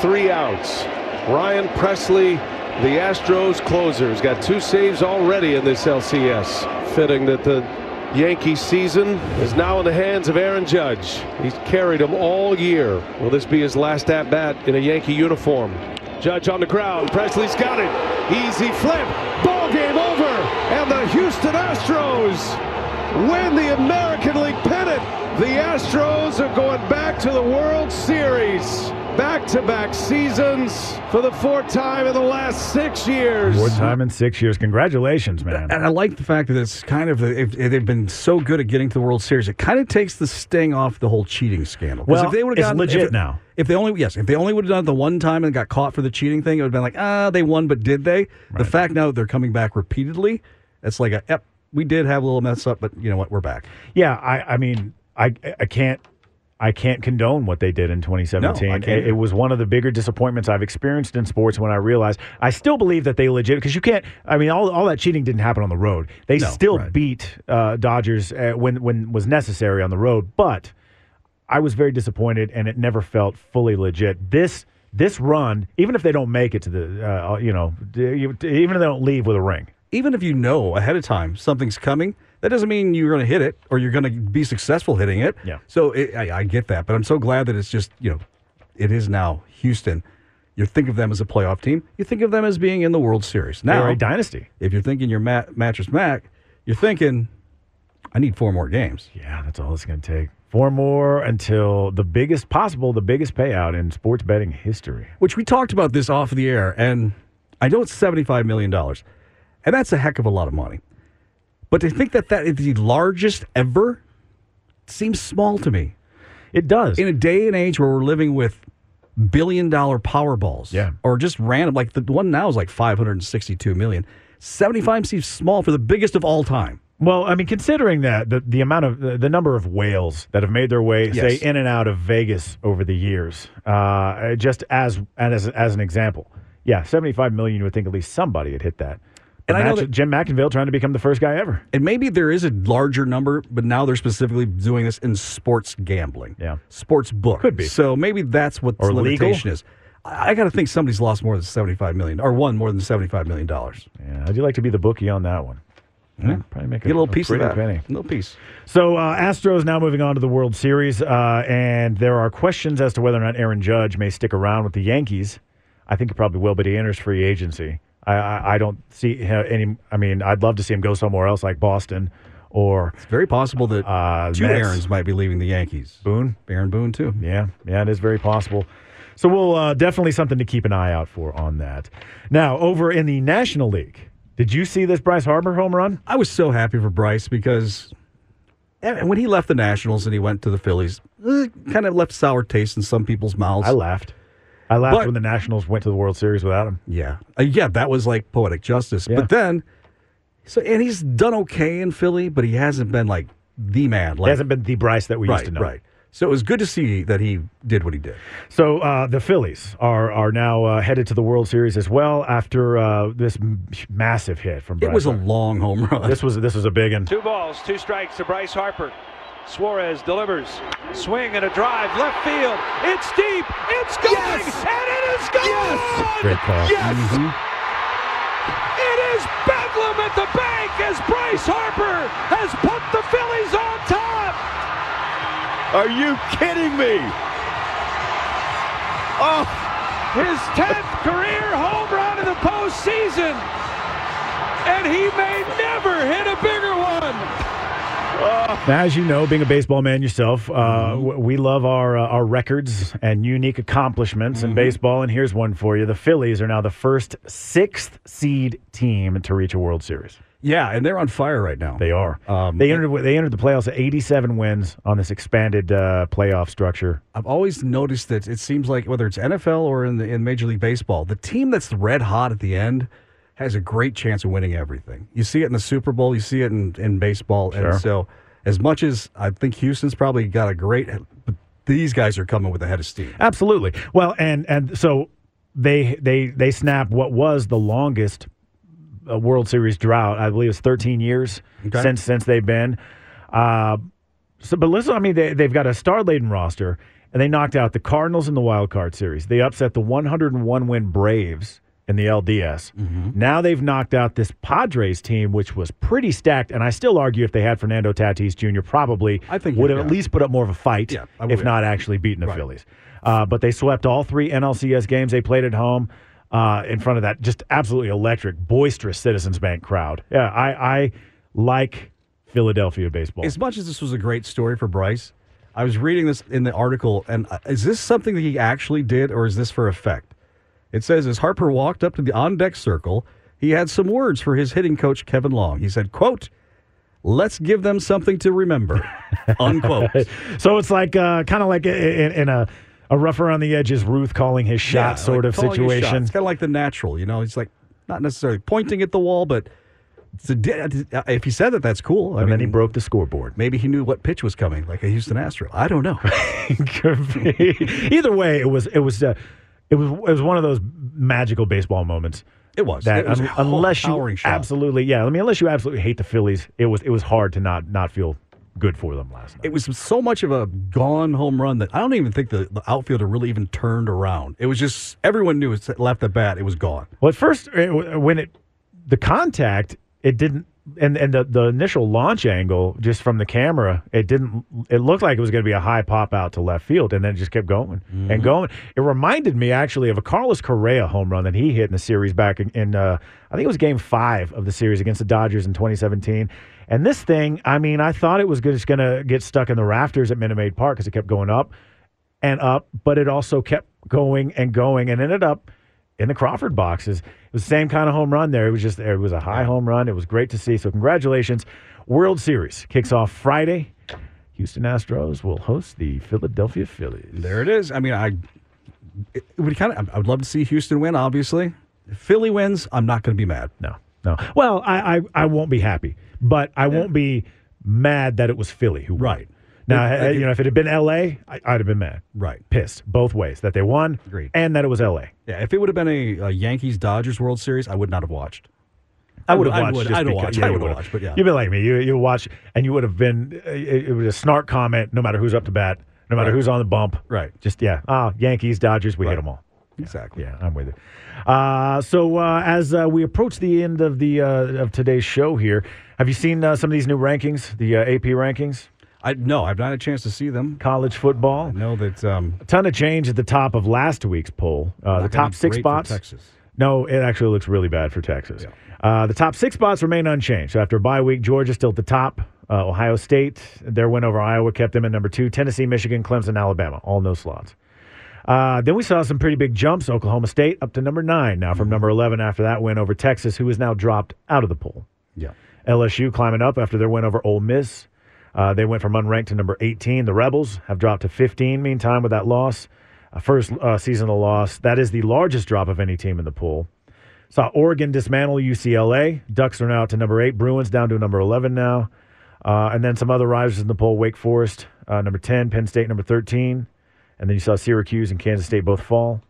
Speaker 12: three outs. Ryan Presley, the Astros closer, has got two saves already in this LCS. Fitting that the Yankee season is now in the hands of Aaron Judge. He's carried them all year. Will this be his last at bat in a Yankee uniform? Judge on the ground. Presley's got it. Easy flip. Ball game over. And the Houston Astros win the American League pennant. The Astros are going back to the World Series. Back to back seasons for the fourth time in the last six years.
Speaker 2: Fourth time in six years. Congratulations,
Speaker 3: *laughs*
Speaker 2: man.
Speaker 3: And I like the fact that it's kind of if, if they've been so good at getting to the World Series, it kind of takes the sting off the whole cheating scandal. 'Cause
Speaker 2: Well,
Speaker 3: if they would've
Speaker 2: it's
Speaker 3: gotten-
Speaker 2: legit
Speaker 3: if it-
Speaker 2: now.
Speaker 3: If they only yes, if they only would have done it the one time and got caught for the cheating thing, it would have been like ah, they won, but did they? The fact now that they're coming back repeatedly, it's like a yep, we did have a little mess up, but you know what, we're back.
Speaker 2: Yeah, I, I mean, I, I can't, I can't condone what they did in 2017.
Speaker 3: No, I
Speaker 2: it,
Speaker 3: can't.
Speaker 2: it was one of the bigger disappointments I've experienced in sports. When I realized, I still believe that they legit because you can't. I mean, all, all that cheating didn't happen on the road. They
Speaker 3: No,
Speaker 2: still
Speaker 3: right.
Speaker 2: beat uh, Dodgers uh, when when was necessary on the road, but. I was very disappointed, and it never felt fully legit. This this run, even if they don't make it to the, uh, you know, d- you- even if they don't leave with a ring,
Speaker 3: Even if you know ahead of time something's coming, that doesn't mean you're going to hit it or you're going to be successful hitting it.
Speaker 2: Yeah.
Speaker 3: So it, I, I get that, but I'm so glad that it's just you know, it is now Houston. You think of them as a playoff team. You think of them as being in the World Series. Now
Speaker 2: they're a dynasty.
Speaker 3: if you're thinking you're Matt, mattress Mac, you're thinking, I need four more games.
Speaker 2: Yeah, that's all it's going to take. Four more until the biggest possible, the biggest payout in sports betting history.
Speaker 3: Which we talked about this off the air, and I know it's $75 million, and that's a heck of a lot of money. But to think that that is the largest ever seems small to me.
Speaker 2: It does.
Speaker 3: In a day and age where we're living with billion dollar Powerballs.
Speaker 2: Yeah.
Speaker 3: Or just random, like the one now is like 562 million. 75 seems small for the biggest of all time.
Speaker 2: Well, I mean, considering that the, the amount of the, the number of whales that have made their way, say,
Speaker 3: Yes.
Speaker 2: in and out of Vegas over the years, uh, just as and as as an example, yeah, seventy-five million. You would think at least somebody had hit that.
Speaker 3: And I know
Speaker 2: Imagine
Speaker 3: that-
Speaker 2: Jim McInville trying to become the first guy ever.
Speaker 3: And maybe there is a larger number, but now they're specifically doing this in sports gambling.
Speaker 2: Yeah.
Speaker 3: Sports book.
Speaker 2: Could be.
Speaker 3: So maybe that's what
Speaker 2: Or
Speaker 3: the limitation
Speaker 2: legal.
Speaker 3: is. I, I got to think somebody's lost more than $75 million or won more than $75 million. Get
Speaker 2: Yeah, I'd like to be the bookie on that one. Yeah, probably make
Speaker 3: Hmm? a little piece of
Speaker 2: pretty
Speaker 3: that.
Speaker 2: penny.
Speaker 3: little piece.
Speaker 2: So uh, Astros now moving on to the World Series, uh, and there are questions as to whether or not Aaron Judge may stick around with the Yankees. I think he probably will, but he enters free agency. I, I, I don't see h- any. I mean, I'd love to see him go somewhere else, like Boston or
Speaker 3: It's very possible that
Speaker 2: uh,
Speaker 3: two
Speaker 2: Mets.
Speaker 3: Aarons might be leaving the Yankees.
Speaker 2: Boone.
Speaker 3: Aaron Boone, too.
Speaker 2: Yeah, yeah, it is very possible. So we'll uh, definitely something to keep an eye out for on that. Now, over in the National League, did you see this Bryce Harper home run?
Speaker 3: I was so happy for Bryce because and when he left the Nationals and he went to the Phillies, it kind of left sour taste in some people's mouths.
Speaker 2: I laughed. I laughed
Speaker 3: But-
Speaker 2: when the Nationals went to the World Series without him.
Speaker 3: Yeah. Uh, yeah, that was like poetic justice.
Speaker 2: Yeah.
Speaker 3: But then, so, and he's done okay in Philly, but he hasn't been like the man. Like,
Speaker 2: It hasn't been the Bryce that we
Speaker 3: right,
Speaker 2: used to know.
Speaker 3: right. So it was good to see that he did what he did.
Speaker 2: So uh, the Phillies are are now uh, headed to the World Series as well after uh, this m- massive hit from.
Speaker 3: It
Speaker 2: Bryce
Speaker 3: was a
Speaker 2: Harper.
Speaker 3: long home run.
Speaker 2: This was this was a big one.
Speaker 13: Two balls, two strikes to Bryce Harper. Suarez delivers. Swing and a drive. Left field. It's deep. It's going. And it is gone.
Speaker 2: Great call.
Speaker 13: Yes.
Speaker 12: Mm-hmm.
Speaker 13: It is Bedlam at the bank as Bryce Harper has put the Phillies on top.
Speaker 12: Are you kidding me? Oh,
Speaker 13: His 10th career home run in the postseason. And he may never hit a bigger one.
Speaker 2: Now, as you know, being a baseball man yourself, uh,
Speaker 3: Mm-hmm.
Speaker 2: w- we love our uh, our records and unique accomplishments
Speaker 3: Mm-hmm.
Speaker 2: in baseball. And here's one for you: the Phillies are now the first sixth seed team to reach a World Series.
Speaker 3: yeah, and they're on fire right now.
Speaker 2: They are.
Speaker 3: Um,
Speaker 2: they entered they entered the playoffs at 87 wins on this expanded uh, playoff structure.
Speaker 3: I've always noticed that it seems like whether it's NFL or in the, in Major League Baseball, the team that's red hot at the end has a great chance of winning everything. You see it in the Super Bowl, you see it in, in baseball,
Speaker 2: Sure.
Speaker 3: and so as much as I think Houston's probably got a great, but these guys are coming with a head of steam.
Speaker 2: Absolutely. Well, and and so they they they snap what was the longest uh, World Series drought. I believe it's 13 years
Speaker 3: Okay.
Speaker 2: since since they've been. Uh, so, but listen, I mean, they they've got a star laden roster, and they knocked out the Cardinals in the wild card series. They upset the 101 win Braves in the LDS.
Speaker 3: Mm-hmm.
Speaker 2: Now they've knocked out this Padres team, which was pretty stacked. And I still argue if they had Fernando Tatis Jr., probably
Speaker 3: I think
Speaker 2: would
Speaker 3: you've
Speaker 2: have at
Speaker 3: got it.
Speaker 2: least put up more of a fight,
Speaker 3: Yeah, I
Speaker 2: if
Speaker 3: would.
Speaker 2: not not actually beating the
Speaker 3: Right.
Speaker 2: Phillies. Uh, but they swept all three NLCS games they played at home uh, in front of that just absolutely electric, boisterous Citizens Bank crowd. Yeah, I, I like Philadelphia baseball.
Speaker 3: As much as this was a great story for Bryce, I I was reading this in the article, and uh, is this something that he actually did, or is this for effect? It says as Harper walked up to the on deck circle, he had some words for his hitting coach Kevin Long. He said, "Quote." Let's give them something to
Speaker 2: *laughs*
Speaker 3: remember. Unquote.
Speaker 2: so it's like uh, kind of like i- i- in, in a a rough around the edges Ruth calling his shot
Speaker 3: Yeah,
Speaker 2: sort
Speaker 3: like
Speaker 2: of
Speaker 3: calling your shot.
Speaker 2: situation.
Speaker 3: It's kind of like the natural, you know. It's like not necessarily pointing at the wall, but it's a di- uh, if he said that, that's cool.
Speaker 2: And
Speaker 3: I mean,
Speaker 2: then he broke the *laughs* scoreboard.
Speaker 3: Maybe he knew what pitch was coming, like a Houston Astro. I don't know. *laughs*
Speaker 2: Could be. Either way, it was it was uh, it was it was one of those magical baseball moments.
Speaker 3: It was.
Speaker 2: that
Speaker 3: It was
Speaker 2: un-
Speaker 3: a
Speaker 2: unless you
Speaker 3: powering shot.
Speaker 2: absolutely yeah. I mean, unless you absolutely hate the Phillies, it was it was hard to not not feel good for them last night.
Speaker 3: It was so much of a gone home run that I don't even think the, the outfielder really even turned around. It was just everyone knew it left the bat. It was gone.
Speaker 2: Well, at first, it, when it the contact, it didn't, and and the, the initial launch angle just from the camera, it didn't. It looked like it was going to be a high pop out to left field, and then it just kept going and going. It reminded me actually of a Carlos Correa home run that he hit in the series back in, in uh, I think it was Game Five of the series against the Dodgers in 2017. And this thing, I mean, I thought it was just going to get stuck in the rafters at Minute Maid Park because it kept going up and up, but it also kept going and going and ended up in the Crawford boxes. It was the same kind of home run there. It was just it was a high home run. It was great to see. So congratulations. World Series kicks off Friday. Houston Astros will host the Philadelphia Phillies.
Speaker 3: There it is. I mean, I it it would kind of. I would love to see Houston win. Obviously, if Philly wins. I'm not going to be mad.
Speaker 2: No, no. Well, I I, I won't be happy, but I won't be mad that it was Philly who won. Right. Now,
Speaker 3: Like-
Speaker 2: I-
Speaker 3: like
Speaker 2: you know, if it had been LA, I, I'd have been mad.
Speaker 3: Right.
Speaker 2: Pissed both ways that they won
Speaker 3: Agreed.
Speaker 2: and that it was LA.
Speaker 3: Yeah, if it would have been a, a Yankees Dodgers World Series, I would not have watched.
Speaker 2: I would have watched.
Speaker 3: Would,
Speaker 2: just
Speaker 3: I'd have
Speaker 2: because-
Speaker 3: watched.
Speaker 2: yeah,
Speaker 3: I
Speaker 2: you
Speaker 3: would have
Speaker 2: would've.
Speaker 3: watched. But yeah,
Speaker 2: you'd be like me. You you watch, and you would have been. uh, It, it was a snark comment, no matter who's up to bat, no matter
Speaker 3: Right.
Speaker 2: who's on the bump.
Speaker 3: Right.
Speaker 2: Just yeah. Ah, Yankees, Dodgers, we hit them all.
Speaker 3: Exactly.
Speaker 2: Yeah, I'm with you. Uh, so uh, as uh, we approach the end of the uh, of today's show here, have you seen uh, some of these new rankings? The uh, AP rankings,
Speaker 3: I no, I've not had a chance to see them.
Speaker 2: college football.
Speaker 3: I know that um,
Speaker 2: A ton of change at the top of last week's poll. Uh,
Speaker 3: not
Speaker 2: the
Speaker 3: gonna
Speaker 2: top
Speaker 3: be
Speaker 2: six
Speaker 3: great for
Speaker 2: spots.
Speaker 3: Texas.
Speaker 2: No, it actually looks really bad for Texas. Uh, the top six spots remain unchanged. So after a bye week, Georgia still at the top. Uh, Ohio State, their win over Iowa kept them at number two. Tennessee, Michigan, Clemson, Alabama, all in those slots. Uh, then we saw some pretty big jumps. Oklahoma State up to number nine now
Speaker 3: Mm-hmm.
Speaker 2: from number 11 after that win over Texas, who is now dropped out of the poll.
Speaker 3: Yeah.
Speaker 2: LSU climbing up after their win over Ole Miss. Uh, they went from unranked to number 18. The Rebels have dropped to 15, meantime, with that loss. A first uh, seasonal loss. That is the largest drop of any team in the pool. Saw Oregon dismantle UCLA. Ducks are now to number eight. Bruins down to number 11 now. Uh, and then some other risers in the poll Wake Forest, uh, number 10, Penn State, number 13. And then you saw Syracuse and Kansas State both fall.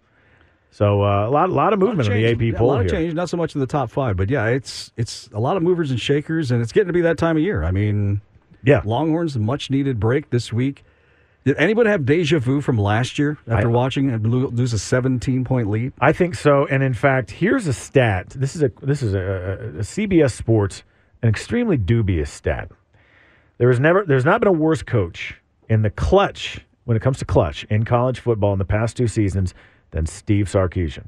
Speaker 2: So uh, a lot, a lot of movement in
Speaker 3: change.
Speaker 2: the
Speaker 3: Yeah,
Speaker 2: AP poll
Speaker 3: A lot
Speaker 2: here.
Speaker 3: of change, not so much in the top five, but yeah, it's it's a lot of movers and shakers, and it's getting to be that time of year. I mean,
Speaker 2: yeah,
Speaker 3: Longhorns much needed break this week. Did anybody have deja vu from last year after
Speaker 2: uh,
Speaker 3: watching and lo- lose a 17 point lead?
Speaker 2: I think so. And in fact, here's a stat. This is a this is a, a- a CBS Sports an extremely dubious stat. There has never there's not been a worse coach in the clutch when it comes to clutch in college football in the past two seasons than Steve Sarkeesian.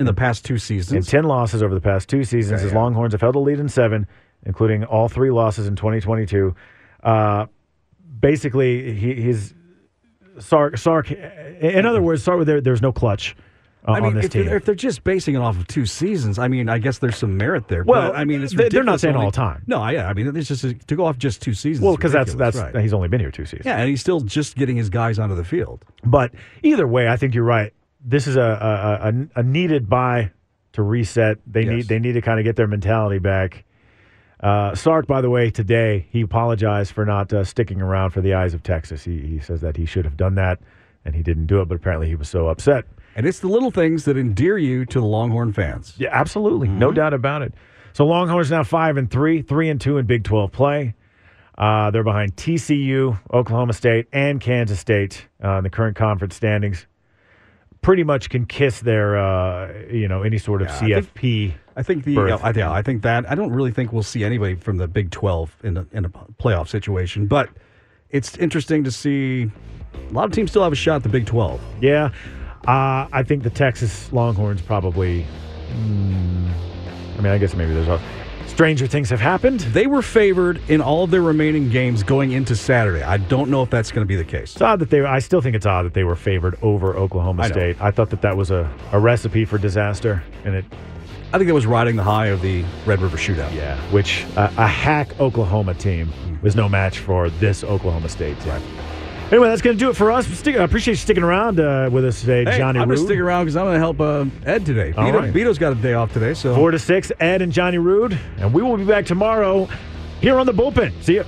Speaker 3: In the past two
Speaker 2: In
Speaker 3: seasons,
Speaker 2: ten losses over the past two seasons, his Longhorns have held a lead in seven, including all three losses in 2022. Uh, basically, he, he's Sark. Sark. In other words, Sark. There, there's no clutch uh,
Speaker 3: I mean,
Speaker 2: on this
Speaker 3: if,
Speaker 2: team.
Speaker 3: They're, if they're just basing it off of two seasons, I mean, I guess there's some merit there.
Speaker 2: Well,
Speaker 3: but, I mean, it's
Speaker 2: they- they're not
Speaker 3: ridiculous
Speaker 2: saying
Speaker 3: only-
Speaker 2: all the time.
Speaker 3: No, yeah, I mean, it's just to go off just two seasons.
Speaker 2: Well,
Speaker 3: is
Speaker 2: because that's
Speaker 3: ridiculous,
Speaker 2: that's
Speaker 3: right.
Speaker 2: he's only been here two seasons.
Speaker 3: yeah, and he's still just getting his guys onto the field.
Speaker 2: But either way, I think you're right. This is a a, a, a needed buy to reset. They need they need to kind of get their mentality back. Uh, Sark, by the way, today he apologized for not uh, sticking around for the eyes of Texas. He he says that he should have done that, and he didn't do it. But apparently, he was so upset.
Speaker 3: And it's the little things that endear you to the Longhorn fans.
Speaker 2: Yeah, absolutely,
Speaker 3: Mm-hmm.
Speaker 2: no doubt about it. So Longhorns now five and three, three and two in Big Twelve play. Uh, they're behind TCU, Oklahoma State, and Kansas State uh, in the current conference standings. Pretty much can kiss their, uh, you know, any sort of
Speaker 3: Yeah, I think-
Speaker 2: CFP.
Speaker 3: I think the uh,
Speaker 2: berth.
Speaker 3: I, yeah, I think that I don't really think we'll see anybody from the Big Twelve in a, in a playoff situation, but it's interesting to see a lot of teams still have a shot at the Big Twelve.
Speaker 2: yeah, uh, I think the Texas Longhorns probably. mm, I mean, I guess maybe there's a. Stranger things have happened.
Speaker 3: They were favored in all of their remaining games going into Saturday. I don't know if that's going to be the case.
Speaker 2: It's odd that they. I still think it's odd that they were favored over Oklahoma
Speaker 3: I know.
Speaker 2: State. I thought that that was a, a recipe for disaster, and it.
Speaker 3: I think that was riding the high of the Red River Shootout.
Speaker 2: Yeah, which uh, a hack Oklahoma team
Speaker 3: Hmm.
Speaker 2: was no match for this Oklahoma State team. Anyway, that's going to do it for us. Stick, I appreciate you sticking around uh, with us today,
Speaker 3: Hey,
Speaker 2: Johnny.
Speaker 3: I'm going to
Speaker 2: Roode.
Speaker 3: stick around because I'm going to help uh, Ed today.
Speaker 2: All
Speaker 3: Vito,
Speaker 2: right.
Speaker 3: Vito's got a day off today, so
Speaker 2: Four to six, Ed and Johnny Rude. And we will be back tomorrow here on the bullpen. See you.